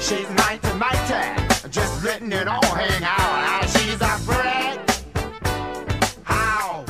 She's ninth in my tag. Just written it all. Hang out. Ah, She's a friend. House.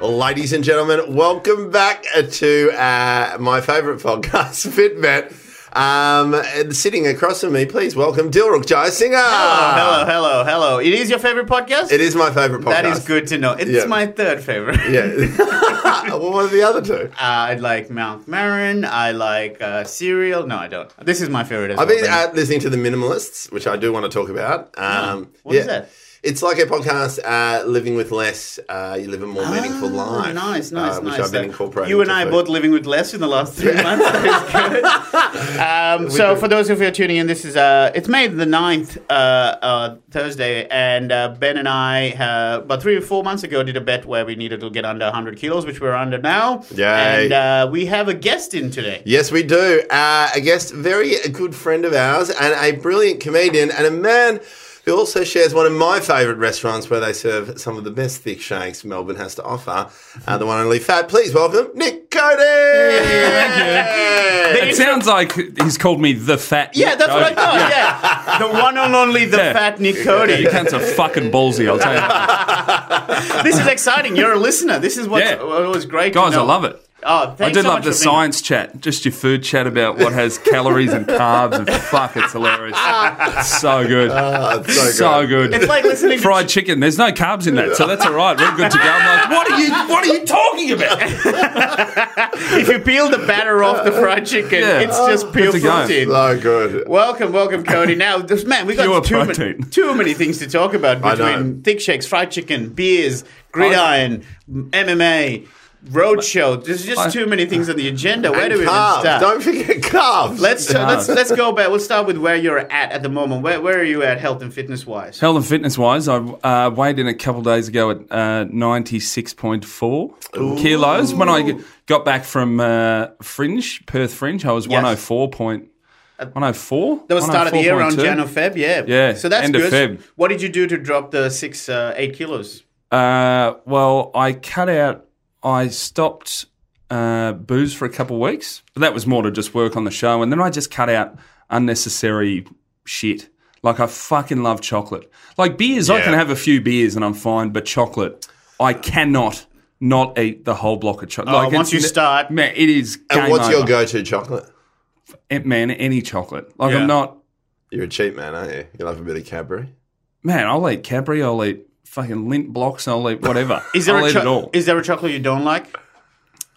Ladies and gentlemen, welcome back to uh, my favourite podcast, Fitbit. Um, and sitting across from me, please welcome Dilruk Jai Singer. Hello, hello, hello. It is your favorite podcast? Ah. It is my favourite podcast. That is good to know. It's Yeah. my third favorite. Uh, Yeah. well, what are the other two? I like Mount Marin. I like uh, Serial. No, I don't. This is my favorite as I've well. been uh, listening to The Minimalists, which I do want to talk about. Um, Ah, What is that? It's like a podcast, uh, Living with Less. Uh, you live a more meaningful Ah, life. Nice, nice, uh, nice. Which I've been That- incorporating. You and to I food. both living with less in the last three months. That is good. um, so, for those of you who are tuning in, this is uh, it's May the 9th, uh, uh, Thursday, and uh, Ben and I, uh, about three or four months ago, did a bet where we needed to get under 100 kilos, which we're under now. Yay. And uh, we have a guest in today. Yes, we do. Uh, a guest, very a good friend of ours, and a brilliant comedian, and a man who also shares one of my favourite restaurants where they serve some of the best thick shakes Melbourne has to offer. Uh, the one and only fat. Please welcome Nick Cody. It sounds like he's called me the fat. Yeah, Nick that's what I Cody. thought. Yeah. the one and only, the Oh, Yeah. fat Nick Yeah, Cody. you cunts are fucking ballsy. I'll tell you, This is exciting. You're a listener. This is what's, Yeah. what was great. to guys. I know. love it. Oh, I thanks did so love much the for being here. science chat, just your food chat about what has calories and carbs and fuck, it's hilarious. Ah. So good, Oh, it's so, so good. good. It's like listening to fried chicken. There's no carbs in that, so that's all right. We're good to go. I'm like, what are you? What are you talking about? if you peel the batter off the fried chicken, Yeah. it's just pure to go. protein. So good. Welcome, welcome, Cody. Now, this, man, we Pure got too many, protein. too many things to talk about I know. between thick shakes, fried chicken, beers, gridiron, MMA, roadshow. There's just I- too many things on the agenda. Where And do we even carbs. start? Don't forget carbs. let's No. let's let's go back. We'll start with where you're at at the moment. Where where are you at health and fitness wise? Health and fitness wise, I uh, weighed in a couple days ago at uh, 96.4 kilos. When I g- got back from uh, Fringe, Perth Fringe, I was 104 point. 104? Uh, That was start of the year around Jan or Feb, yeah. Yeah, So that's end of good. Feb. What did you do to drop the six, uh, eight kilos? Uh, well, I cut out, I stopped uh, booze for a couple of weeks. But that was more to just work on the show. And then I just cut out unnecessary shit. Like, I fucking love chocolate. Like, beers, I Yeah. can have a few beers and I'm fine, but chocolate, I cannot not eat the whole block of chocolate. like, Oh, once it's- you start- Man, it is game And what's over. your go-to chocolate? Eh, Man, any chocolate. Like, Yeah. I'm not. You're a cheap man, aren't you? You love a bit of Cadbury. Man, I'll eat Cadbury, I'll eat fucking lint blocks, I'll eat whatever. Is there I'll a eat cho- it all. is there a chocolate you don't like?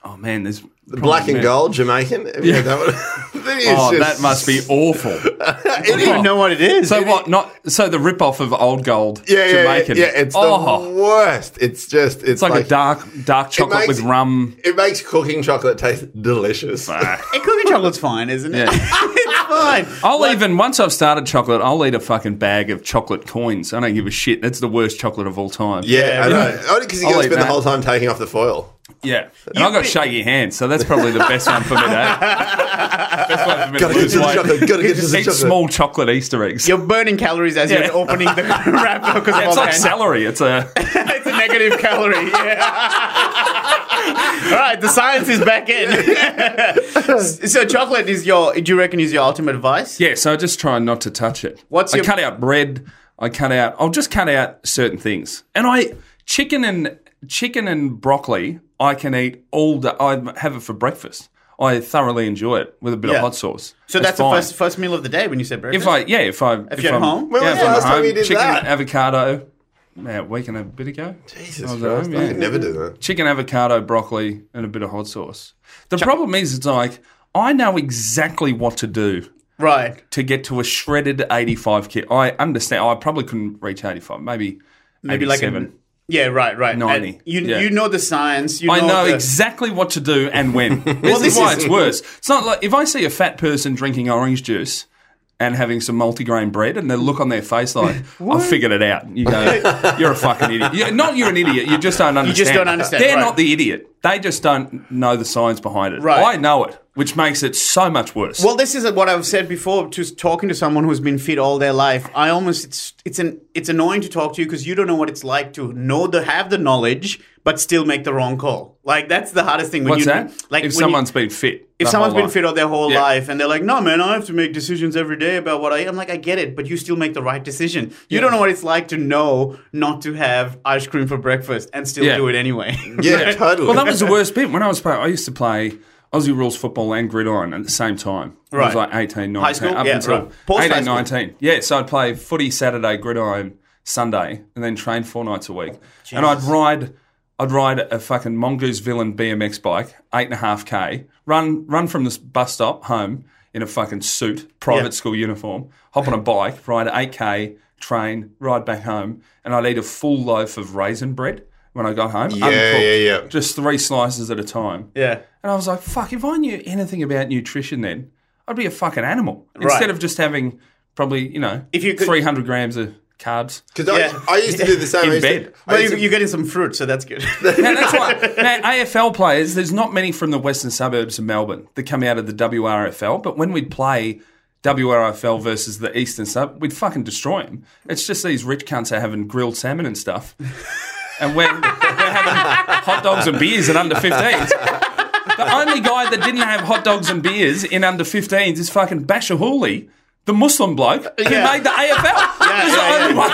oh, man, there's. Black and man. gold, Jamaican. Have you had that one? That is Oh, just- that must be awful. I don't even know what it is. So what? Not so the rip off of Old Gold yeah, yeah, Jamaican. Yeah, yeah, it's oh, the worst. It's just it's, it's like, a dark dark chocolate makes- with rum. It makes cooking chocolate taste delicious. Hey, cooking chocolate's fine, isn't it? Yeah. it's fine. I'll even once I've started chocolate, I'll eat a fucking bag of chocolate coins. I don't give a shit. That's the worst chocolate of all time. yeah, I know. Only because you I'll got to eat spend the that. whole time taking off the foil. yeah. And I've got shaky hands, so that's probably the best one for me. To have. best one for me. Gotta to get lose to the weight. chocolate. Gotta get to the Eat chocolate. small chocolate Easter eggs. You're burning calories as Yeah. you're opening the wrapper because of Yeah, all it's like the- celery. It's a it's a negative calorie. yeah. all right, the science is back in. so chocolate is your. Do you reckon is your ultimate vice? Yeah, so I just try not to touch it. What's I your- cut out bread. I cut out. I'll just cut out certain things. And I chicken and chicken and broccoli. I can eat all day. I have it for breakfast. I thoroughly enjoy it with a bit Yeah. of hot sauce. So that's, the fine. first first meal of the day when you said breakfast. If I yeah, if I if, you're at I'm, home? When yeah, was if the I'm last at time you home, did chicken that? and avocado. Man, a week and a bit ago. Jesus I was at Christ, home, I Oh, yeah. could never do that. chicken, avocado, broccoli, and a bit of hot sauce. The problem is, it's like I know exactly what to do right. to get to a shredded 85 kit. I understand. I probably couldn't reach 85, maybe Maybe like a, 87. yeah, right, right. 90, And You yeah. you know the science. You I know, know the, exactly what to do and when. This this is why is- it's worse. It's not like if I see a fat person drinking orange juice and having some multigrain bread and the look on their face like, I've figured it out. You go, you're a fucking idiot. You- not you're an idiot. You just don't understand. just don't understand, They're right. not the idiot. They just don't know the science behind it. Right. I know it. which makes it so much worse. Well, this is what I've said before. Just talking to someone who's been fit all their life, I almost it's it's an it's annoying to talk to you because you don't know what it's like to know the have the knowledge but still make the wrong call. Like that's the hardest thing. When What's you, that? Like if when you- someone's been fit. if the someone's whole been life. fit all their whole Yeah. life and they're like, no, man, I have to make decisions every day about what I am. Like, I get it, but you still make the right decision. You don't know what it's like to know not to have ice cream for breakfast and still Yeah. do it anyway. Yeah, totally. Well, that was the worst bit. When I was playing, I used to play Aussie rules football and gridiron at the same time. I Right. was like 18, 19. High school? Up Yeah, until right. Post high 18, school. 19. Yeah, so I'd play footy Saturday, gridiron Sunday, and then train four nights a week. And I'd ride. I'd ride a fucking mongoose villain BMX bike, eight and a half k. Run, run from this bus stop home in a fucking suit, private Yeah. school uniform. Hop on a bike, ride eight k, train, ride back home, and I'd eat a full loaf of raisin bread when I got home. Yeah, uncooked, yeah, yeah. Just three slices at a time. yeah. And I was like, fuck, if I knew anything about nutrition then, I'd be a fucking animal. Instead of just having probably, you know, If you could- 300 grams of carbs. Because Yeah. I, I used to do the same. In I used to- bed. I Well, used you, to- you're getting some fruit, so that's good. And that's why, man, AFL players, there's not many from the western suburbs of Melbourne that come out of the WRFL, but when we'd play WRFL versus the eastern sub, we'd fucking destroy them. It's just these rich cunts are having grilled salmon and stuff. And we're, we're having hot dogs and beers in under 15s. The only guy that didn't have hot dogs and beers in under 15s is fucking Bashir Hooley, the Muslim bloke who Yeah. made the AFL. Yeah, He's the yeah, only yeah. one.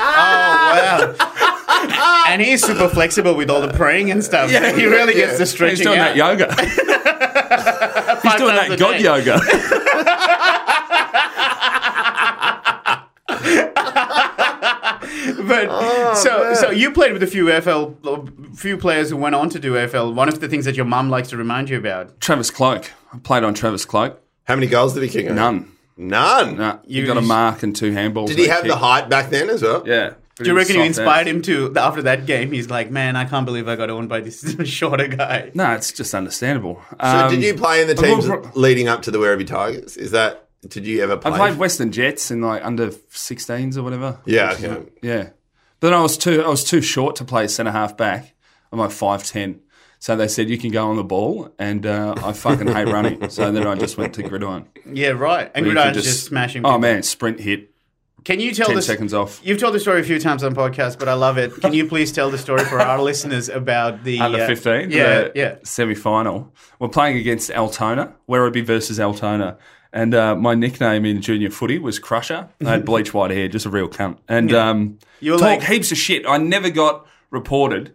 oh, wow. and he's super flexible with all the praying and stuff. Yeah. he really Yeah. gets the stretching He's doing out. that yoga. He's Five doing times that a God day. yoga. But so so you played with a few AFL, few players who went on to do AFL. One of the things that your mum likes to remind you about. Travis Cloak. I played on Travis Cloak. how many goals did he kick? None. None. Nah, you You- got a you- mark and two handballs. Did he and a have the kick. height back then as well? Yeah. Do you reckon you inspired him to after that game? He's like, man, I can't believe I got owned by this shorter guy. No, it's just understandable. Uh, So um, did you play in the I've teams al- leading up to the Werribee Tigers? Is that did you ever I play? played Western Jets in like under 16s or whatever. yeah, okay. Yeah. But then I was too I was too short to play centre half back. I'm like five ten. So they said you can go on the ball, and uh, I fucking hate running. So then I just went to gridiron. Yeah, right. And You can Gridiron's just, smashing. Oh people. man, sprint hit, Can you tell ten this? seconds off. You've told the story a few times on podcast, but I love it. Can you please tell the story for our listeners about the under uh, 15 Yeah, yeah. semi final we're playing against Altona Werribee versus Altona and uh, my nickname in junior footy was Crusher I had bleach white hair just a real cunt and um, You were talked like- heaps of shit I never got reported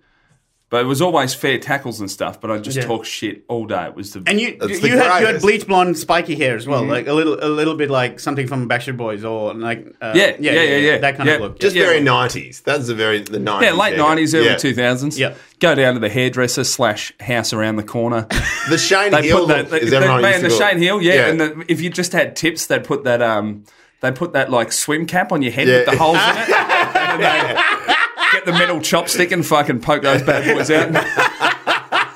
but it was always fair tackles and stuff but I just Yeah. talked shit all day it was the And you That's the you had, you had greatest. Mm-hmm. bleach blonde spiky hair as well, like a little a little bit like something from Backstreet Boys or like uh, Yeah, yeah, yeah, yeah. that kind Yeah. of look. Just Yeah. very nineties. That's the very the nineties. yeah, late 90s, early 2000s. Yeah. Go down to the hairdresser slash house around the corner. The Shane they Hill put that look they- is they- everyone man, used the to call it. Shane Hill, yeah. And the, if you just had tips, they put that um, they put that like swim cap on your head with Yeah. the holes in it. and then they get the metal chopstick and fucking poke those bad boys out.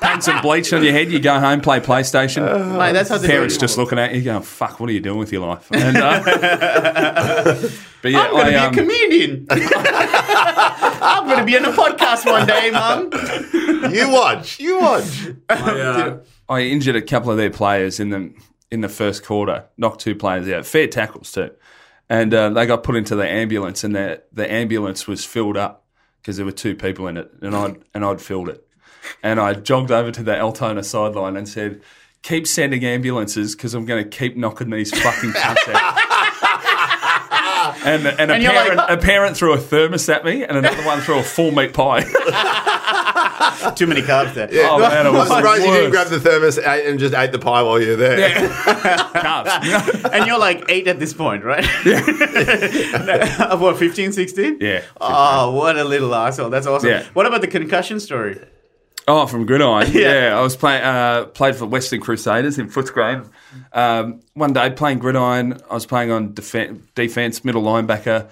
Paint some bleach on your head. You go home, play PlayStation. Mate, that's how they do Parents it. just looking at you, going, "Fuck, what are you doing with your life?" And, uh, but yeah, I'm gonna I, be um, a comedian. I'm gonna be in a podcast one day, mum. you watch, you watch. I, uh, I injured a couple of their players in the in the first quarter. Knocked two players out, fair tackles too, and uh, they got put into the ambulance, and the the ambulance was filled up because there were two people in it, and I and I'd filled it, and I jogged over to the Altona sideline and said. Keep sending ambulances because I'm going to keep knocking these fucking cunts out. and and, a, And you're like, parent, a parent threw a thermos at me, and another one threw a full meat pie. Too many carbs there. oh man, I I'm was the surprised you didn't worst. grab the thermos a- and just ate the pie while you were there. Carbs. And you're like eight at this point, right? Yeah. what, 15, 16? Yeah. Oh, what a little asshole. That's awesome. Yeah. What about the concussion story? Oh, from Gridiron. Yeah. yeah. I was playing uh, played for Western Crusaders in Footscray. Um, one day playing Gridiron, I was playing on defe- defense, middle linebacker.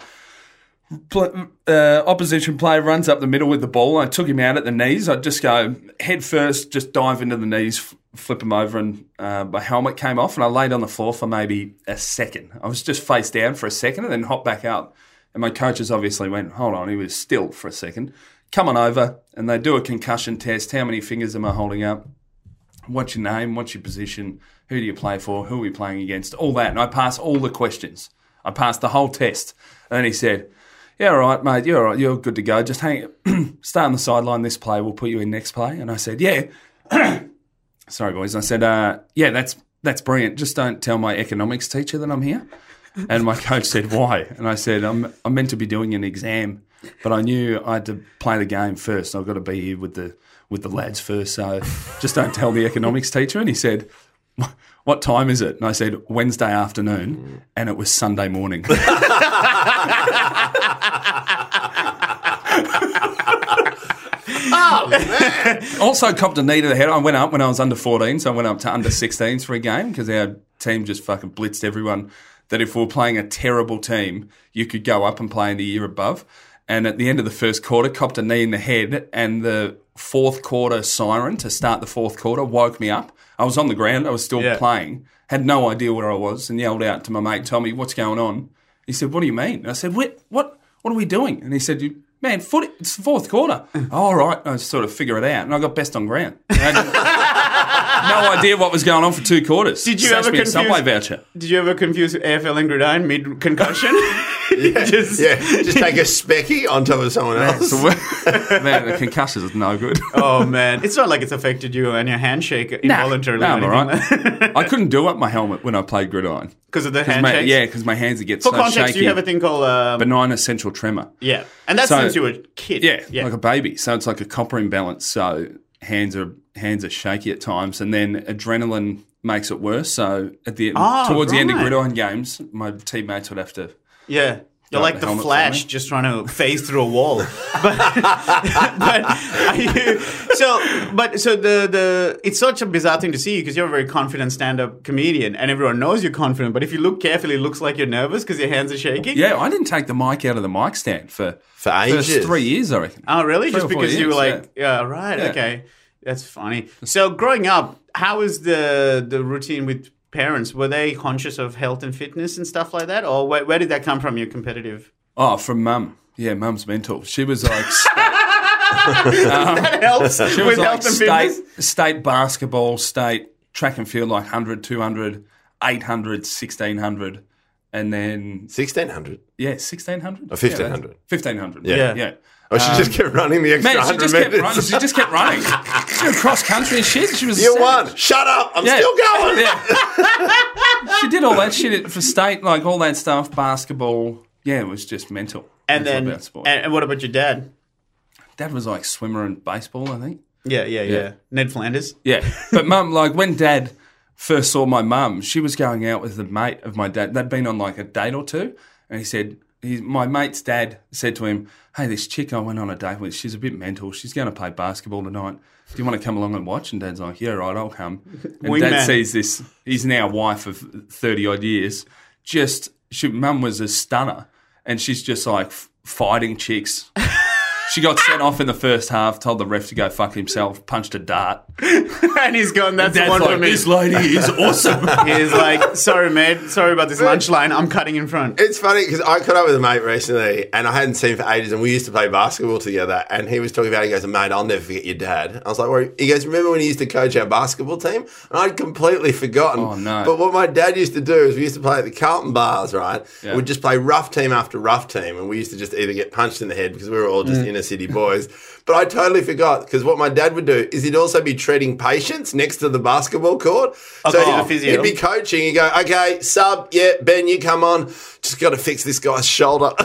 Pl- uh, opposition player runs up the middle with the ball. I took him out at the knees. I'd just go head first, just dive into the knees, f- flip him over, and uh, my helmet came off. And I laid on the floor for maybe a second. I was just face down for a second, and then hopped back up. And my coaches obviously went, "Hold on," he was still for a second. Come on over, and they do a concussion test. How many fingers am I holding up? What's your name? What's your position? who do you play for? Who are we playing against? All that. And I pass all the questions. I passed the whole test. And then he said, Yeah, all right, mate, you're all right, you're good to go. Just hang stay on the sideline this play, we'll put you in next play. And I said, Yeah. Sorry, boys. I said, uh, yeah, that's that's brilliant. Just don't tell my economics teacher that I'm here. And my coach said, why? And I said, I'm I'm meant to be doing an exam, but I knew I had to play the game first. I've got to be here with the with the lads first. So just don't tell the economics teacher. And he said, what time is it? And I said, Wednesday afternoon. And it was Sunday morning. also copped a knee to the head. I went up when I was under 14, so I went up to under 16s for a game because our team just fucking blitzed everyone. That if we were playing a terrible team, you could go up and play in the year above. And at the end of the first quarter, copped a knee in the head, and the fourth quarter siren to start the fourth quarter woke me up. I was on the ground, I was still Yeah. playing, had no idea where I was, and yelled out to my mate, Tommy, what's going on? He said, What do you mean? And I said, What what what are we doing? And he said, "You- Man, foot, it's the fourth quarter. All right. I sort of figure it out. And I got best on ground. I had no idea what was going on for two quarters. Did you Snatched ever me a Subway confuse- voucher? Did you ever confuse AFL Ingridine mid concussion? Yeah, Just- yeah. Just take a specky on top of someone else. Man, the concussion is no good. oh man, it's not like it's affected you and your handshake involuntarily. No, I'm all or anything right. I couldn't do up my helmet when I played gridiron. because of the Ma- handshake. yeah, because my hands would get For so context, shaky. you have a thing called um, benign essential tremor. yeah, and that's So- since you were a kid. Yeah, yeah. like a baby. So it's like a copper imbalance. So hands are hands are shaky at times, and then adrenaline makes it worse. So at the Ah, towards the end of right. gridiron games, my teammates would have to. Yeah. You're Got like the the, helmet Flash, for me. just trying to phase through a wall. But, but are you, so, but so the the it's such a bizarre thing to see because you're a very confident stand-up comedian, and everyone knows you're confident. But if you look carefully, it looks like you're nervous because your hands are shaking. Yeah, I didn't take the mic out of the mic stand for For first ages. three years, I reckon. Oh, really? Three Just or four because you were years, like, yeah, right, Yeah. okay, that's funny. So, growing up, how was the the routine with parents? Were they conscious of health and fitness and stuff like that, or where, where did that come from? Your competitive Oh, from mum. Yeah, mum's mental. She was like, sta- that helps she with was like health and state, fitness. state basketball, state track and field, like 100, 200, 800, 1600. And then, Sixteen hundred. yeah, 1600? Or 1500. 1500. Yeah. Yeah. Yeah. yeah. I should Oh, just keep running the extra Um, Man, she hundred just kept meters. running. She just kept running. She was cross country and shit. She was a you savage. won. Shut up. I'm Yeah. still going. Yeah. she did all that shit for state, like all that stuff, basketball. Yeah, it was just mental. And Mental then, about sport. and, and what about your dad? Dad was like swimmer and baseball, I think. Yeah, yeah, yeah. Ned Flanders. Yeah. But mum, like when dad first saw my mum, she was going out with a mate of my dad. They'd been on like a date or two. And he said, he, my mate's dad said to him, Hey, this chick I went on a date with, she's a bit mental. She's going to play basketball tonight. Do you want to come along and watch? And dad's like, Yeah, right, I'll come. And dad Wingman. sees this. He's now wife of 30 odd years. Just, she, mum was a stunner. And she's just like f- fighting chicks, she got sent off in the first half, told the ref to go fuck himself, punched a dart. and he's gone, that's the Dad's one for like, me. this lady is awesome. He's like, sorry, mate. Sorry about this lunch line. I'm cutting in front. It's funny because I caught up with a mate recently and I hadn't seen him for ages and we used to play basketball together and he was talking about, it. he goes, mate, I'll never forget your dad. I was like, well, he goes, remember when he used to coach our basketball team? And I'd completely forgotten. Oh, no. But what my dad used to do is we used to play at the Carlton bars, right? Yeah. We'd just play rough team after rough team and we used to just either get punched in the head because we were all just Mm. inner city boys. But I totally forgot because what my dad would do is he'd also be treating patients next to the basketball court. Okay, he'd- the physio. he'd be coaching you go, okay, sub, yeah, Ben, you come on. Just got to fix this guy's shoulder.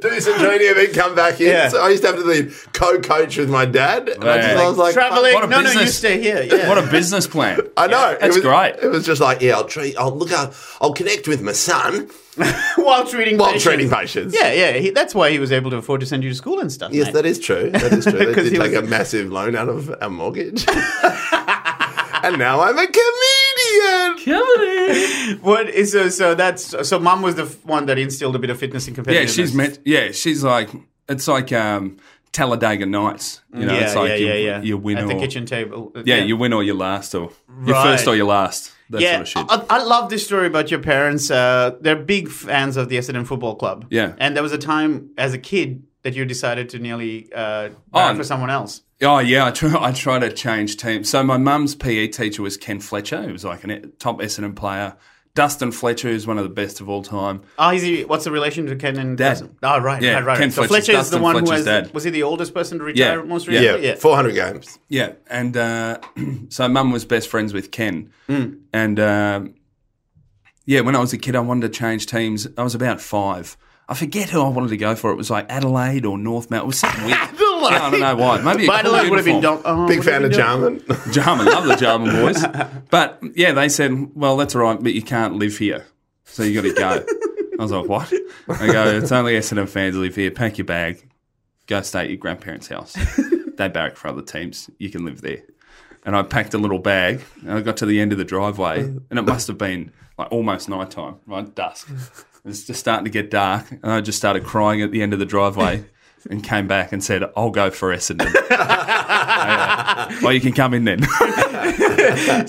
do some training and then come back in. Yeah. So I used to have to be co-coach with my dad. And I, just, I was like, Traveling. what a no, no, you business. stay here. Yeah. What a business plan. I know. That's it was, great. It was just like, yeah, I'll treat, I'll look up, I'll connect with my son While treating while patients. treating patients. Yeah, yeah. He, that's why he was able to afford to send you to school and stuff. Yes, mate. that is true. That is true. They 'Cause did he take was- a massive loan out of our mortgage. and now I'm a comedian. What is so? So that's so. Mum was the f- one that instilled a bit of fitness and competitiveness. Yeah, she's meant. Yeah, she's like. It's like um, Talladega Nights. You know, yeah, it's like yeah, you, yeah, yeah. you win at or the kitchen table. Yeah, you win or you last, or you Right. first or you last. That yeah, sort of shit. I, I love this story about your parents. Uh, they're big fans of the Essendon Football Club. Yeah. and there was a time as a kid that you decided to nearly uh, barrack Oh, for someone else. Oh yeah, I try, I try to change teams. So my mum's PE teacher was Ken Fletcher, who was like a top Essendon player. Dustin Fletcher, who's one of the best of all time. Oh, is he, what's the relation to Ken and Dad. Dustin? Oh, right, Yeah, right, right. Ken so Fletcher's- Fletcher is the Dustin one who Fletcher's was, dad. was he the oldest person to retire Yeah, most yeah. Yeah, recently? Yeah. 400 games. Yeah, and uh, so mum was best friends with Ken, and um yeah, when I was a kid, I wanted to change teams. I was about five. I forget who I wanted to go for. It was like Adelaide or North Mount. It was something weird. Adelaide? Yeah, I don't know why. Maybe a But cool Adelaide would have been uniform. done. Oh, Big would have fan been of done- Jarman. Jarman, love the Jarman boys. But yeah, they said, well, that's all right, but you can't live here. So you got to go. I was like, what? I go, it's only Essendon fans who live here. Pack your bag, go stay at your grandparents' house. They barrack for other teams. You can live there. And I packed a little bag and I got to the end of the driveway and it must have been like almost night time, right? Dusk. It's just starting to get dark and I just started crying at the end of the driveway and came back and said, I'll go for Essendon. I go, well, you can come in then.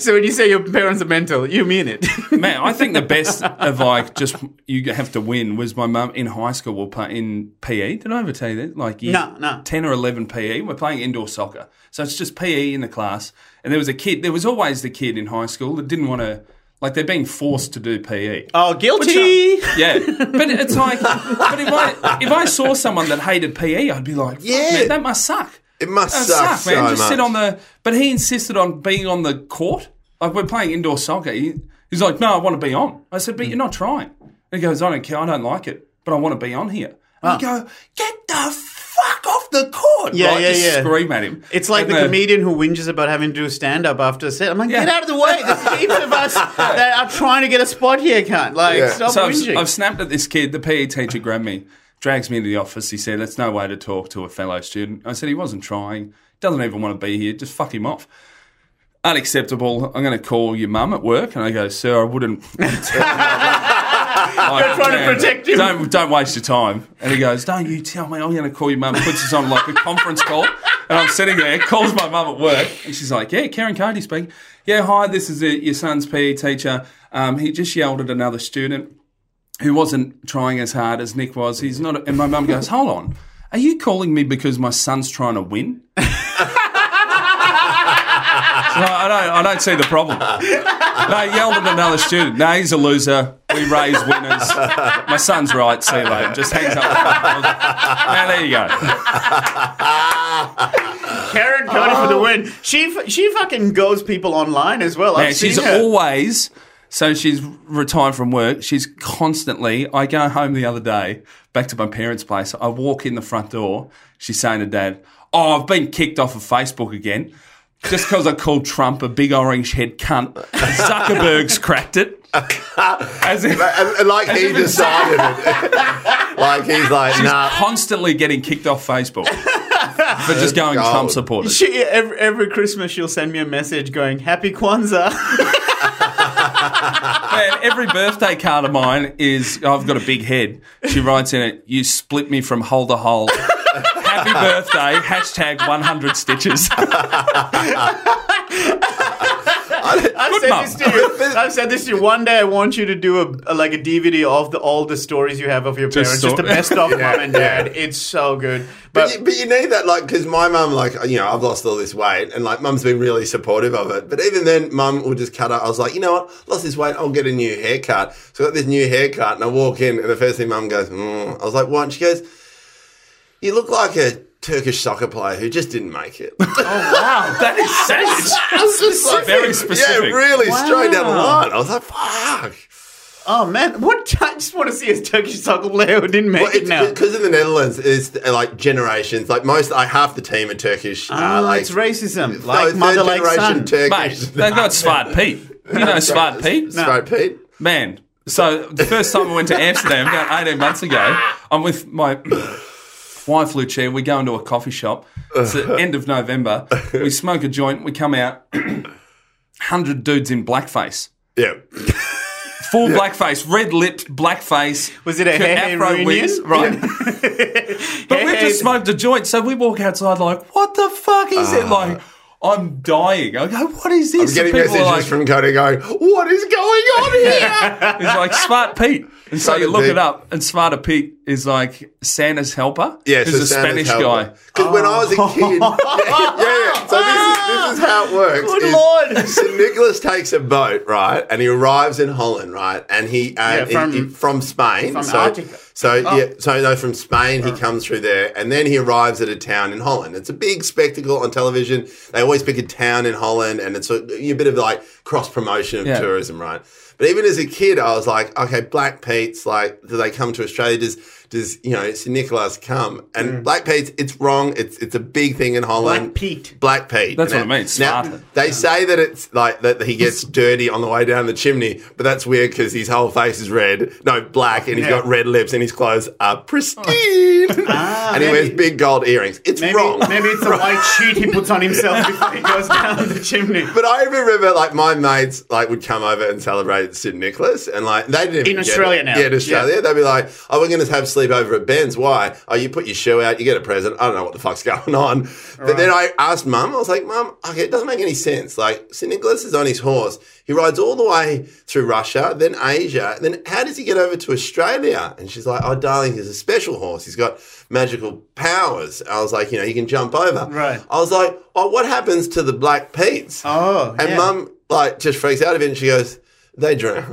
So when you say your parents are mental, you mean it. Man, I think the best of like just you have to win was my mum in high school. We're playing in PE. Did I ever tell you that? Like year No, no. ten or eleven PE. We're playing indoor soccer, so it's just PE in the class. And there was a kid. There was always the kid in high school that didn't want to. Like they're being forced to do E. PE. oh, Which um, I- guilty. yeah, but it's like, but if I if I saw someone that hated PE, I'd be like, yeah, Yeah. man, that must suck. It must suck That suck, man. so Just sit much. on the. But he insisted on being on the court. Like we're playing indoor soccer. He, he's like, no, I want to be on. I said, but you're not trying. And he goes, I don't care. I don't like it, but I want to be on here. And I go, get the fuck off the court. Yeah, Like, yeah, just yeah. Scream at him. It's like And the then- comedian who whinges about having to do stand up after a set. I'm like, Yeah. get out of the way. There's heaps of us that are trying to get a spot here, cunt. Like, Yeah. stop So I've, whinging. I've snapped at this kid. The PE teacher grabbed me, drags me into the office. He said, "That's no way to talk to a fellow student." I said, "He wasn't trying. Doesn't even want to be here. Just fuck him off." Unacceptable. I'm going to call your mum at work, and I go, "Sir, I wouldn't." They're trying to protect you. Don't, don't waste your time. And he goes, "Don't you tell me. I'm going to call your mum." Puts us on like a conference call, and I'm sitting there. Calls my mum at work, and she's like, "Yeah, Karen Cody speaking. Yeah, hi. This is it, your son's PE teacher. Um, he just yelled at another student." who wasn't trying as hard as Nick was. He's not. And my mum goes, "Hold on, are you calling me because my son's trying to win?" so I don't. I don't see the problem. They yelled at another student. No, he's a loser. We raise winners. My son's right. See you later. Just hangs up. Now there you go. Karen Cody for the Oh. win. She f- she fucking goes people online as well. I've Yeah, she's seen her. always. So she's retired from work. She's constantly. I go home the other day, back to my parents' place. I walk in the front door. She's saying to dad, "Oh, I've been kicked off of Facebook again, just because I called Trump a big orange head cunt. Zuckerberg's cracked it." As if And, and like he decided it. like he's like, nah. Uh, constantly getting kicked off Facebook for just going gold. Trump supporter. She every, every Christmas she'll send me a message going Happy Kwanzaa. Man, every birthday card of mine is I've got a big head. She writes in it, "You split me from hole to hole." Happy birthday! Hashtag 100 stitches. I've said this to you. I've said this to you. One day I want you to do a, a- like a DVD of the, all the stories you have of your parents, sto- just the best of mom and dad. It's so good. But you, but you need that, like, because my mum, like, you know, I've lost all this weight, and like, mum's been really supportive of it. But even then, mum would just cut out. I was like, you know what, lost this weight, I'll get a new haircut. So I got this new haircut, and I walk in, and the first thing mum goes, mm. I was like, what? And she goes, you look like a Turkish soccer player who just didn't make it. wow, that is savage. Very specific. Yeah, really straight down the Wow. line. I was like, fuck. Oh man, what I just want to see a Turkish soccer player who didn't make Well, it now. because in the Netherlands, it's uh, like generations. Like most, like half the team are Turkish. Ah, uh, like, it's racism. no, Like third mother, like generation son. Mate, Turkish. they've got Svart Pete. You know Svart Pete? Straight Pete. Man, so the first time I went to Amsterdam about 18 months ago, I'm with my wife Lucia. We go into a coffee shop. It's the end of November. We smoke a joint. We come out, 100 dudes in blackface. Yeah. Full blackface, red lipped blackface. Was it a Afro hair reunion? wigs, right? but we Hey, just hey. smoked a joint, so we walk outside like, what the fuck is it like? I'm dying. I go, what is Ah. this? I'm getting And people messages are like, from Cody going, "What is going on here?" It's like Smart Pete. And so Smart you look Pete. it up, and Smarter Pete is like Santa's helper. yeah, who's a Spanish guy. Because when I was a kid, yeah, yeah, yeah. So this is, this is how it works. Good is- lord. So Nicholas takes a boat, right, and he arrives in Holland, right, and he uh, Yeah, from, from- from Spain, from Oh. so Antarctica. so yeah, so no, from Spain he comes through there, and then he arrives at a town in Holland. It's a big spectacle on television. They always pick a town in Holland, and it's a, a bit of like cross promotion of Yeah. tourism, right? But even as a kid, I was like, okay, Black Pete's like, do they come to Australia? Does does you know St Nicholas come? And Black Pete's, it's wrong. It's it's a big thing in Holland. Mm. Black Pete. Black Pete. That's And what I now- mean, Now, smarter. they say that it's like that he gets dirty on the way down the chimney, but that's weird because his whole face is red, no black, and he's Yeah. Oh. got red lips, and his clothes are pristine, and he wears Ah, maybe- big gold earrings. It's Maybe, wrong. maybe it's a white sheet he puts on himself before he goes down the chimney. But I remember, like my mates, like would come over and celebrate St Nicholas, and like they didn't even In get Australia it. now. Yeah, in Australia, they'd be like, "Oh, we're going to have sleepover at Ben's. Why? Oh, you put your shoe out, you get a present. I don't know what the fuck's going on." But then I asked Mum. I was like, "Mum, okay, it doesn't make any sense. Like St Nicholas is on his horse. He rides all the way through Russia, then Asia, then how does he get over to Australia?" And she's like, "Oh, darling, he's a special horse. He's got." Magical powers. I was like, you know, he can jump over. Right. I was like, oh, what happens to the Black Pete's? Oh, And yeah. mum like just freaks out of it and she goes, They drown.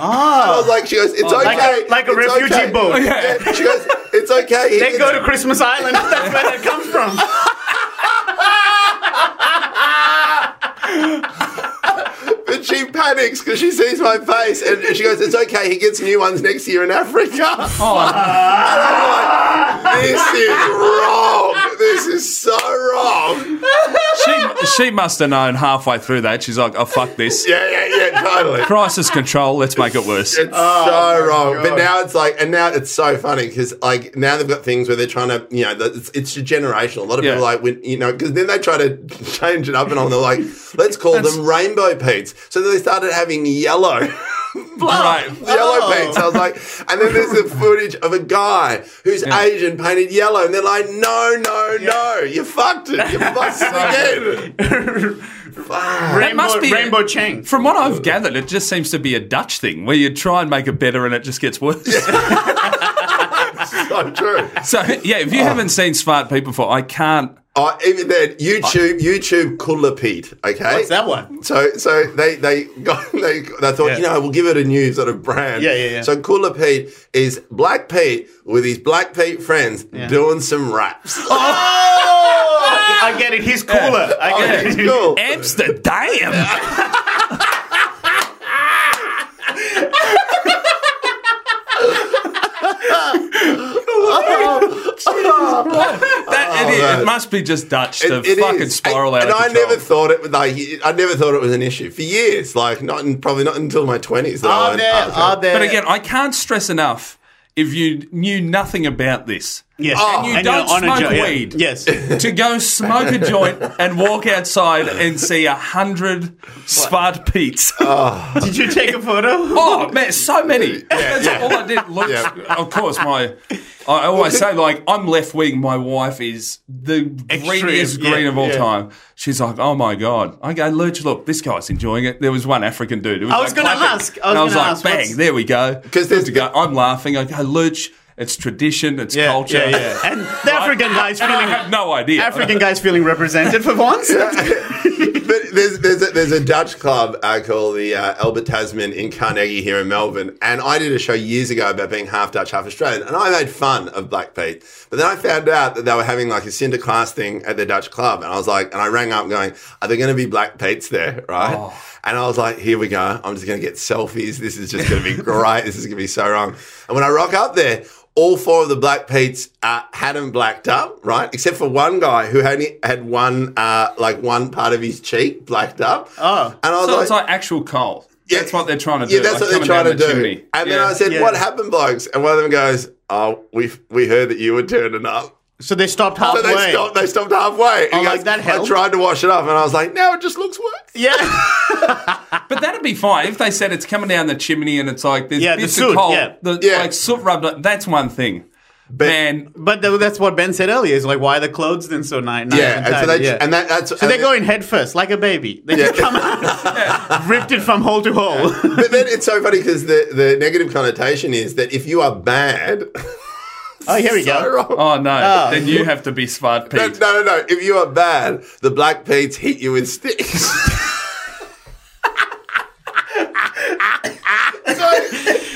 I was Oh, like, she goes, It's okay. Like a- like a it's refugee okay." boat. Yeah. She goes, It's okay. He they gets- go to Christmas Island. That's where they come from. but she panics because she sees my face and she goes, It's okay, he gets new ones next year in Africa. Oh, This is wrong. This is so wrong. she, she must have known halfway through that. She's like, oh, fuck this. Yeah, yeah, yeah, totally. Crisis control, let's make it worse. It's so wrong. But now it's like, and now it's so funny because like now they've got things where they're trying to, you know, the- it's, it's generational. A lot of Yeah. people like, when, you know, because then they try to change it up and all. They're like, let's call them rainbow peats. So then they started having yellow. Right. Yellow paints. I was like, and then there's the footage of a guy who's Asian painted yellow, and they're like, no, no, no, you fucked it, you fucked it again. Fuck. Rainbow, must be- Rainbow Chang. From what I've gathered, it just seems to be a Dutch thing where you try and make it better and it just gets worse. So true. So, yeah, if you haven't seen Smart People before, I can't. Uh, even then, YouTube, YouTube Cooler Pete. Okay, What's that one? So, so they they got they, they thought Yeah. you know we'll give it a new sort of brand. Yeah, yeah, yeah. So Cooler Pete is Black Pete with his Black Pete friends doing some raps. Oh, I get it. He's cooler. I get it's it. Oh, cool. Amsterdam! That idiot, man. it must be just Dutch to It- it fucking is. spiral and, out of and control. I never thought it was like I never thought it was an issue for years. Like not in, probably not until my twenties. Oh, Are there? Are there? But again, I can't stress enough if you knew nothing about this yes. Oh. and you don't you're on a smoke jo- yeah. weed. Yes. to go smoke a joint and walk outside and see a hundred smart peats. Did you take a photo? Oh man, so many. That's yeah. all I did. Look, Yeah. of course, my I always say like I'm left wing. My wife is the greenest yeah, green of all yeah. time. She's like, oh my god. I go, Lurch, look, this guy's enjoying it. There was one African dude. who I was like gonna clapping. ask. I was and I was gonna like, ask, bang, what's- there we go. 'Cause there's- Good to go. I'm laughing. I go, Lurch, it's tradition, it's Yeah, culture. yeah, yeah. And the African guy's And I feeling have no idea. African guy's feeling represented for once. but there's there's a, there's a Dutch club uh, called the uh, Albert Tasman in Carnegie here in Melbourne, and I did a show years ago about being half Dutch, half Australian, and I made fun of Black Pete. But then I found out that they were having like a Sinterklaas thing at the Dutch club, and I was like, and I rang up going, "Are there going to be Black Pete's there?" Right. And I was like, here we go. I'm just going to get selfies. This is just going to be great. This is going to be so wrong. And when I rock up there, all four of the black peats uh, hadn't blacked up, right? Except for one guy who only had one, uh, like one part of his cheek blacked up. Oh. and I was So like, it's like actual coal. Yeah. that's what they're trying to do. yeah, that's like what they're coming trying to down do. the chimney. And then Yeah. I said, yeah. what happened, blokes? And one of them goes, oh, we we heard that you were turning up. so they stopped So halfway. they stopped. They stopped halfway. And he Oh, like goes, that I helped? tried to wash it off, and I was like, now it just looks worse. Yeah. But that'd be fine if they said it's coming down the chimney and it's like there's Yeah, the bits soot, of coal, yeah. the Yeah. like soot rubbed. on- That's one thing. But Man, But th- that's what Ben said earlier. Is like, why are the clothes then so nice? nice yeah, and and so tidy? they, yeah. and that, that's so they're and- going head first, like a baby. They just come out, ripped it from hole to hole. But then it's so funny because the the negative connotation is that if you are bad, oh, here we so go. wrong. oh no, Oh. then you have to be smart, No, Pete. no, no, no. If you are bad, the black peats hit you with sticks. so,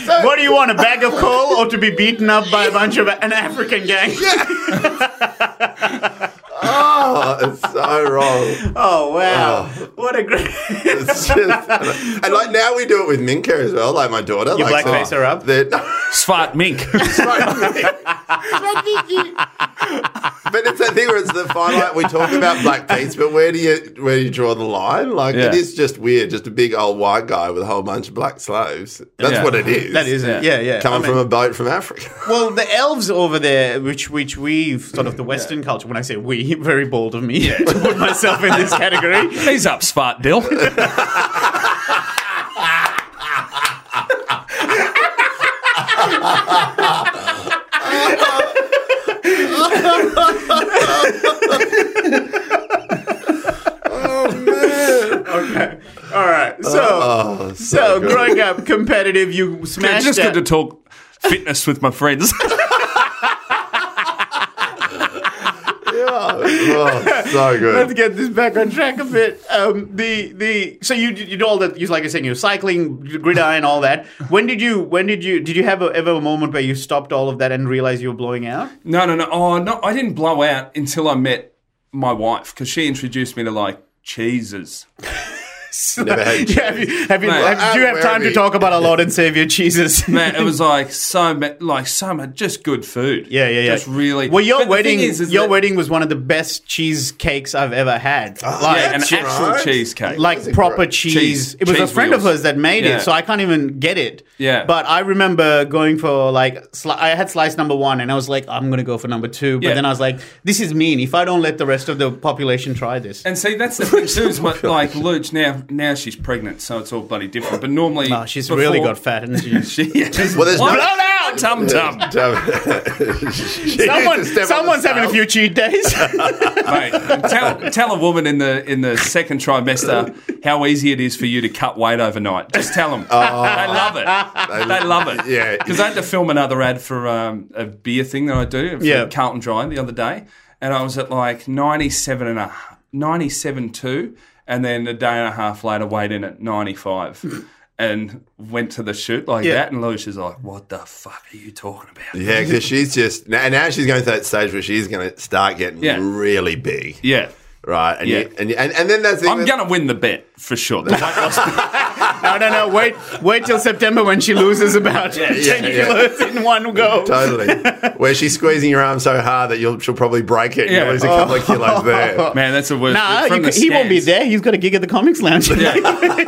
so, What do you want, a bag of coal or to be beaten up by a bunch of an African gang? Oh, it's so wrong. Oh, wow. What a great. It's just, and like now we do it with Minka as well. Like my daughter, Your like, blackface are up? they're- Smart mink. but it's that thing where it's the fine line. We talk about black peats, but where do you where do you draw the line? Like Yeah. it is just weird, just a big old white guy with a whole bunch of black slaves. That's Yeah. what it is. That is it. Yeah, Yeah. yeah. coming I mean- from a boat from Africa. Well, the elves over there, which which we've sort of the Western culture. When I say we, very bold of me to put myself in this category. He's up, smart Dill. Okay, all right. Uh, So Oh, so good. growing up competitive, you smashed It's just that. good to talk fitness with my friends. Oh, so Let's good. get this back on track a bit. Um, the the so you you did all that. You like I said, you were cycling, gridiron, all that. When did you when did you did you have a, ever a moment where you stopped all of that and realized you were blowing out? No, no, no. Oh, no. I didn't blow out until I met my wife because she introduced me to like cheeses. Never had Yeah, have you, have you, Mate. have- do you have Where time are to we? talk about our Lord and Savior Jesus? Man, it was like so, ma- like so much, just good food. Yeah, yeah, yeah. Just really. Well, your But the wedding, thing is- is your that- wedding was one of the best cheesecakes I've ever had. like, Ah, yeah, an That's actual right. cheesecake. like That's proper incredible. cheese. Cheese- It was a cheese friend of wheels. hers that made Yeah. it, so I can't even get it. Yeah. But I remember going for like sli- I had slice number one, and I was like, I'm gonna go for number two. But Yeah. then I was like, this is mean. If I don't let the rest of the population try this, and see, that's the thing Oh too. Is my, like Luge now. Now she's pregnant, so it's all bloody different. But normally, oh, she's really before- got fat, and she's. She, yeah, she's Well, there's no- blown out, tum tum. Someone, Someone, someone's having a few cheat days. Mate, tell, tell a woman in the in the second trimester how easy it is for you to cut weight overnight. Just tell them. they love it. They love it. Oh. Yeah. Because I had to film another ad for um, a beer thing that I do for Yeah. Carlton Dry the other day. And I was at like 97 and a 97.2. And then a day and a half later, weighed in at 95. And went to the shoot like Yeah. that, and Lucia's like, "What the fuck are you talking about?" Yeah, because she's just now, now she's going to that stage where she's going to start getting Yeah. really big, Yeah. right? And, Yeah. you, and, you- and and then that's the I'm thing gonna win the bet for sure. no, no, no. Wait, wait till September when she loses about ten yeah, yeah. kilos in one go. with- totally where she's squeezing your arm so hard that you'll she'll probably break it. and Yeah. Oh. You lose a couple of kilos there. Man, that's the worst. Nah, you From the could- he won't be stands. there. He's got a gig at the Comics Lounge.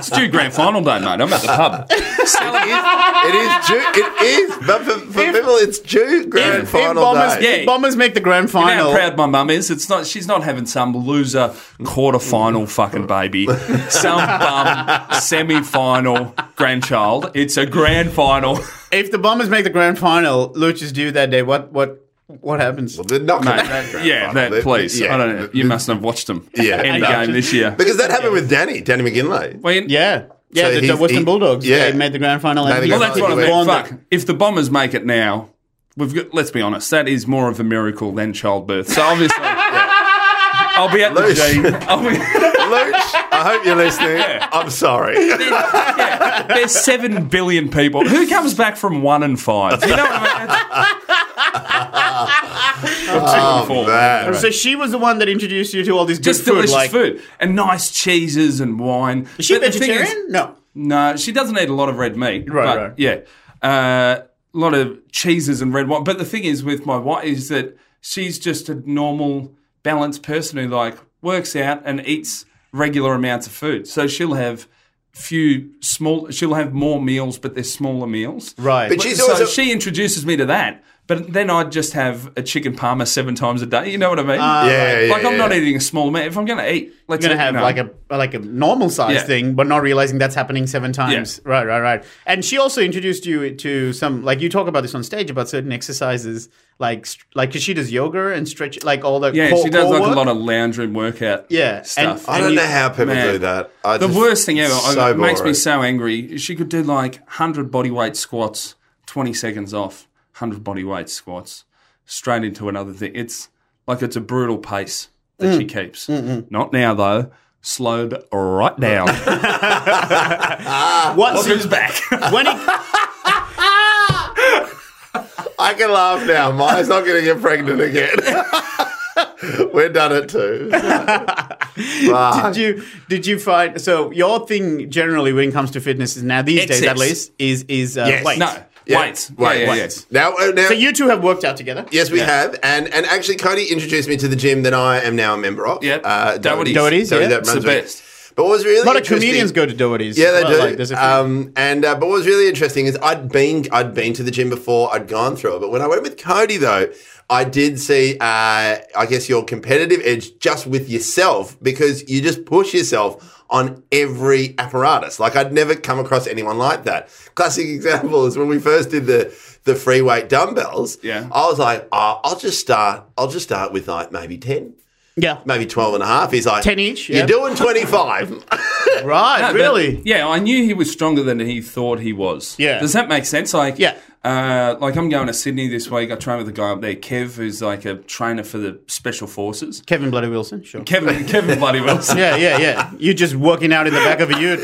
It's due grand final day, mate. I'm at the pub. It is June. It is, but for, for people, it's June grand if, if final bombers, day. Yeah. if bombers make the grand You know final. how proud my mum is. It's not. She's not having some loser quarterfinal fucking baby, some bum semi-final grandchild. It's a grand final. If the Bombers make the grand final, Lucha's due that day. What what what happens? They're not Mate, going that- yeah, that, please. I don't know. You mustn't have watched them. Yeah, End no. game this year. because that happened with Danny, Danny McGinley. Well, you- Yeah, yeah. So the, the he's- Western he- Bulldogs. yeah. they made the grand final. Made And the you Well, grand that's Yeah, what I you won mean. the- Fuck. If the Bombers make it now, we've got, let's be honest, that is more of a miracle than childbirth. So obviously, I'll be at the Loose. G. I'll be, Luke, I hope you're listening. I'm sorry. yeah, there's seven billion people. Who comes back from one and five? You know what I mean? That's- Oh, man. So she was the one that introduced you to all these Just good food, delicious like- food and nice cheeses and wine. Is she But the thing is- vegetarian? no. No, she doesn't eat a lot of red meat. Right, but right. Yeah, uh, a lot of cheeses and red wine. But the thing is with my wife is that she's just a normal, balanced person who like works out and eats regular amounts of food. So she'll have few small. She'll have more meals, but they're smaller meals. Right. But she's so also- she introduces me to that. But then I'd just have a chicken parma seven times a day. You know what I mean? yeah, yeah, like I'm yeah, not yeah. eating a small amount. If I'm going to eat, let's You're gonna eat, have you know. like a like a normal size Yeah. thing, but not realizing that's happening seven times. Right, right, right. And she also introduced you to some like you talk about this on stage about certain exercises, like st- like 'cause she does yoga and stretch, like all the yeah. core- she does core like a work. lot of lounge room workout. Yeah, stuff. I And don't you- know how people man. do that. I The just- worst thing ever. it's I- it makes me boring. so angry. She could do like 100 body weight squats, 20 seconds off, 100 body weight squats, straight into another thing. It's like it's a brutal pace that Mm. she keeps. Not now, though. Slowed right down. What- Who's back? when it, I can laugh now. Maya's not going to get pregnant again. We're done it too. Fuck. did you did you find so your thing generally when it comes to fitness is now these days at Excess. least is is uh, Yes. weight. no. Yeah. Weights. Yeah, Wait, yeah, wait. yeah. Now, uh, now So you two have worked out together. Yes, we have, and and actually, Cody introduced me to the gym that I am now a member of. Yep. uh, Doherty's. Doherty's, yeah. that It's the runs with- best. But what was really A lot of interesting- comedians go to Doherty's. Yeah, they Well, do. like, there's a few- um, and uh, but what was really interesting is I'd been I'd been to the gym before. I'd gone through it, but when I went with Cody though, I did see uh, I guess your competitive edge just with yourself because you just push yourself on every apparatus. Like I'd never come across anyone like that. Classic example is when we first did the the free weight dumbbells. Yeah. I was like, oh, I'll just start. I'll just start with like maybe ten. yeah. Maybe 12 and a half. He's like, 10 each, yeah. You're doing 25. Right, No, but- really? yeah, I knew he was stronger than he thought he was. Yeah. Does that make sense? Like, Yeah. Uh, like I'm going to Sydney this week. I train with a guy up there, Kev, who's like a trainer for the special forces. Kevin Bloody Wilson, sure. Kevin, Kevin bloody Wilson. yeah, yeah, yeah. You're just working out in the back of a ute.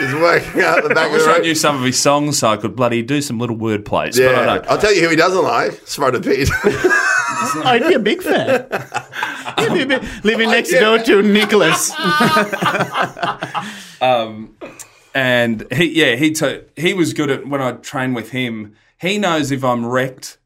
Just working out the back I of wish the I road. knew some of his songs so I could bloody do some little word plays. Yeah, But I don't. will tell you who he doesn't like. Smarter Pete. I'd be a big fan. You'd be a bit- living next yeah. door to Nicholas. And he, yeah, he t- he was good at when I train with him. He knows if I'm wrecked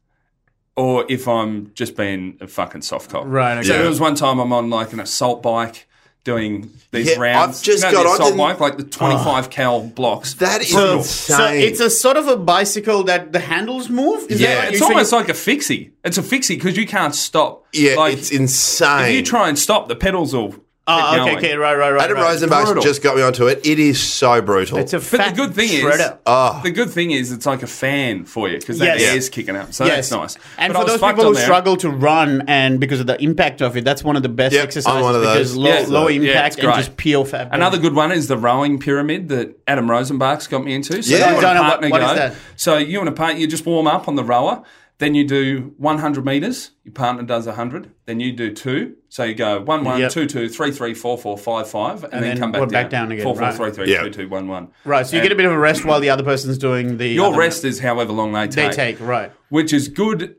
or if I'm just being a fucking soft cop. Right, okay. So Yeah. there was one time I'm on like an assault bike doing these Yeah, I've rounds. just you know, got the onto- assault bike, Oh. like the 25 cal blocks. that is Brutal. insane. So it's a sort of a bicycle that the handles move. Is Yeah, that what it's you- so you- almost like a fixie. It's a fixie because you can't stop. yeah, like, it's insane. If you try and stop, the pedals will. Ah, keep okay, going. okay, right, right, right. Adam right. Rosenbach brutal. just got me onto it. It is so brutal. It's a But fat the good thing is, shredder. Ah. the good thing is, it's like a fan for you because that Yes. air's kicking up, so that's nice. And But I for was those fucked people on who there. struggle to run and because of the impact of it, that's one of the best Yeah, I'm exercises one of those. because low, Yeah. low Yeah, it's impact and great. just pure fat. burning. Another good one is the rowing pyramid that Adam Rosenbach's got me into. So Yeah. you and Don't a know what- partner what go. is that? So you and a partner, you just warm up on the rower. Then you do 100 meters. Your partner does 100. Then you do two. So you go one one Yep. two two three three four four five five, then and, then come back we're down. back down again, Four four right. three three Yeah. two two one one. Right, so you And get a bit of a rest while the other person's doing the. Your other- rest is however long they They take. take, right. which is good.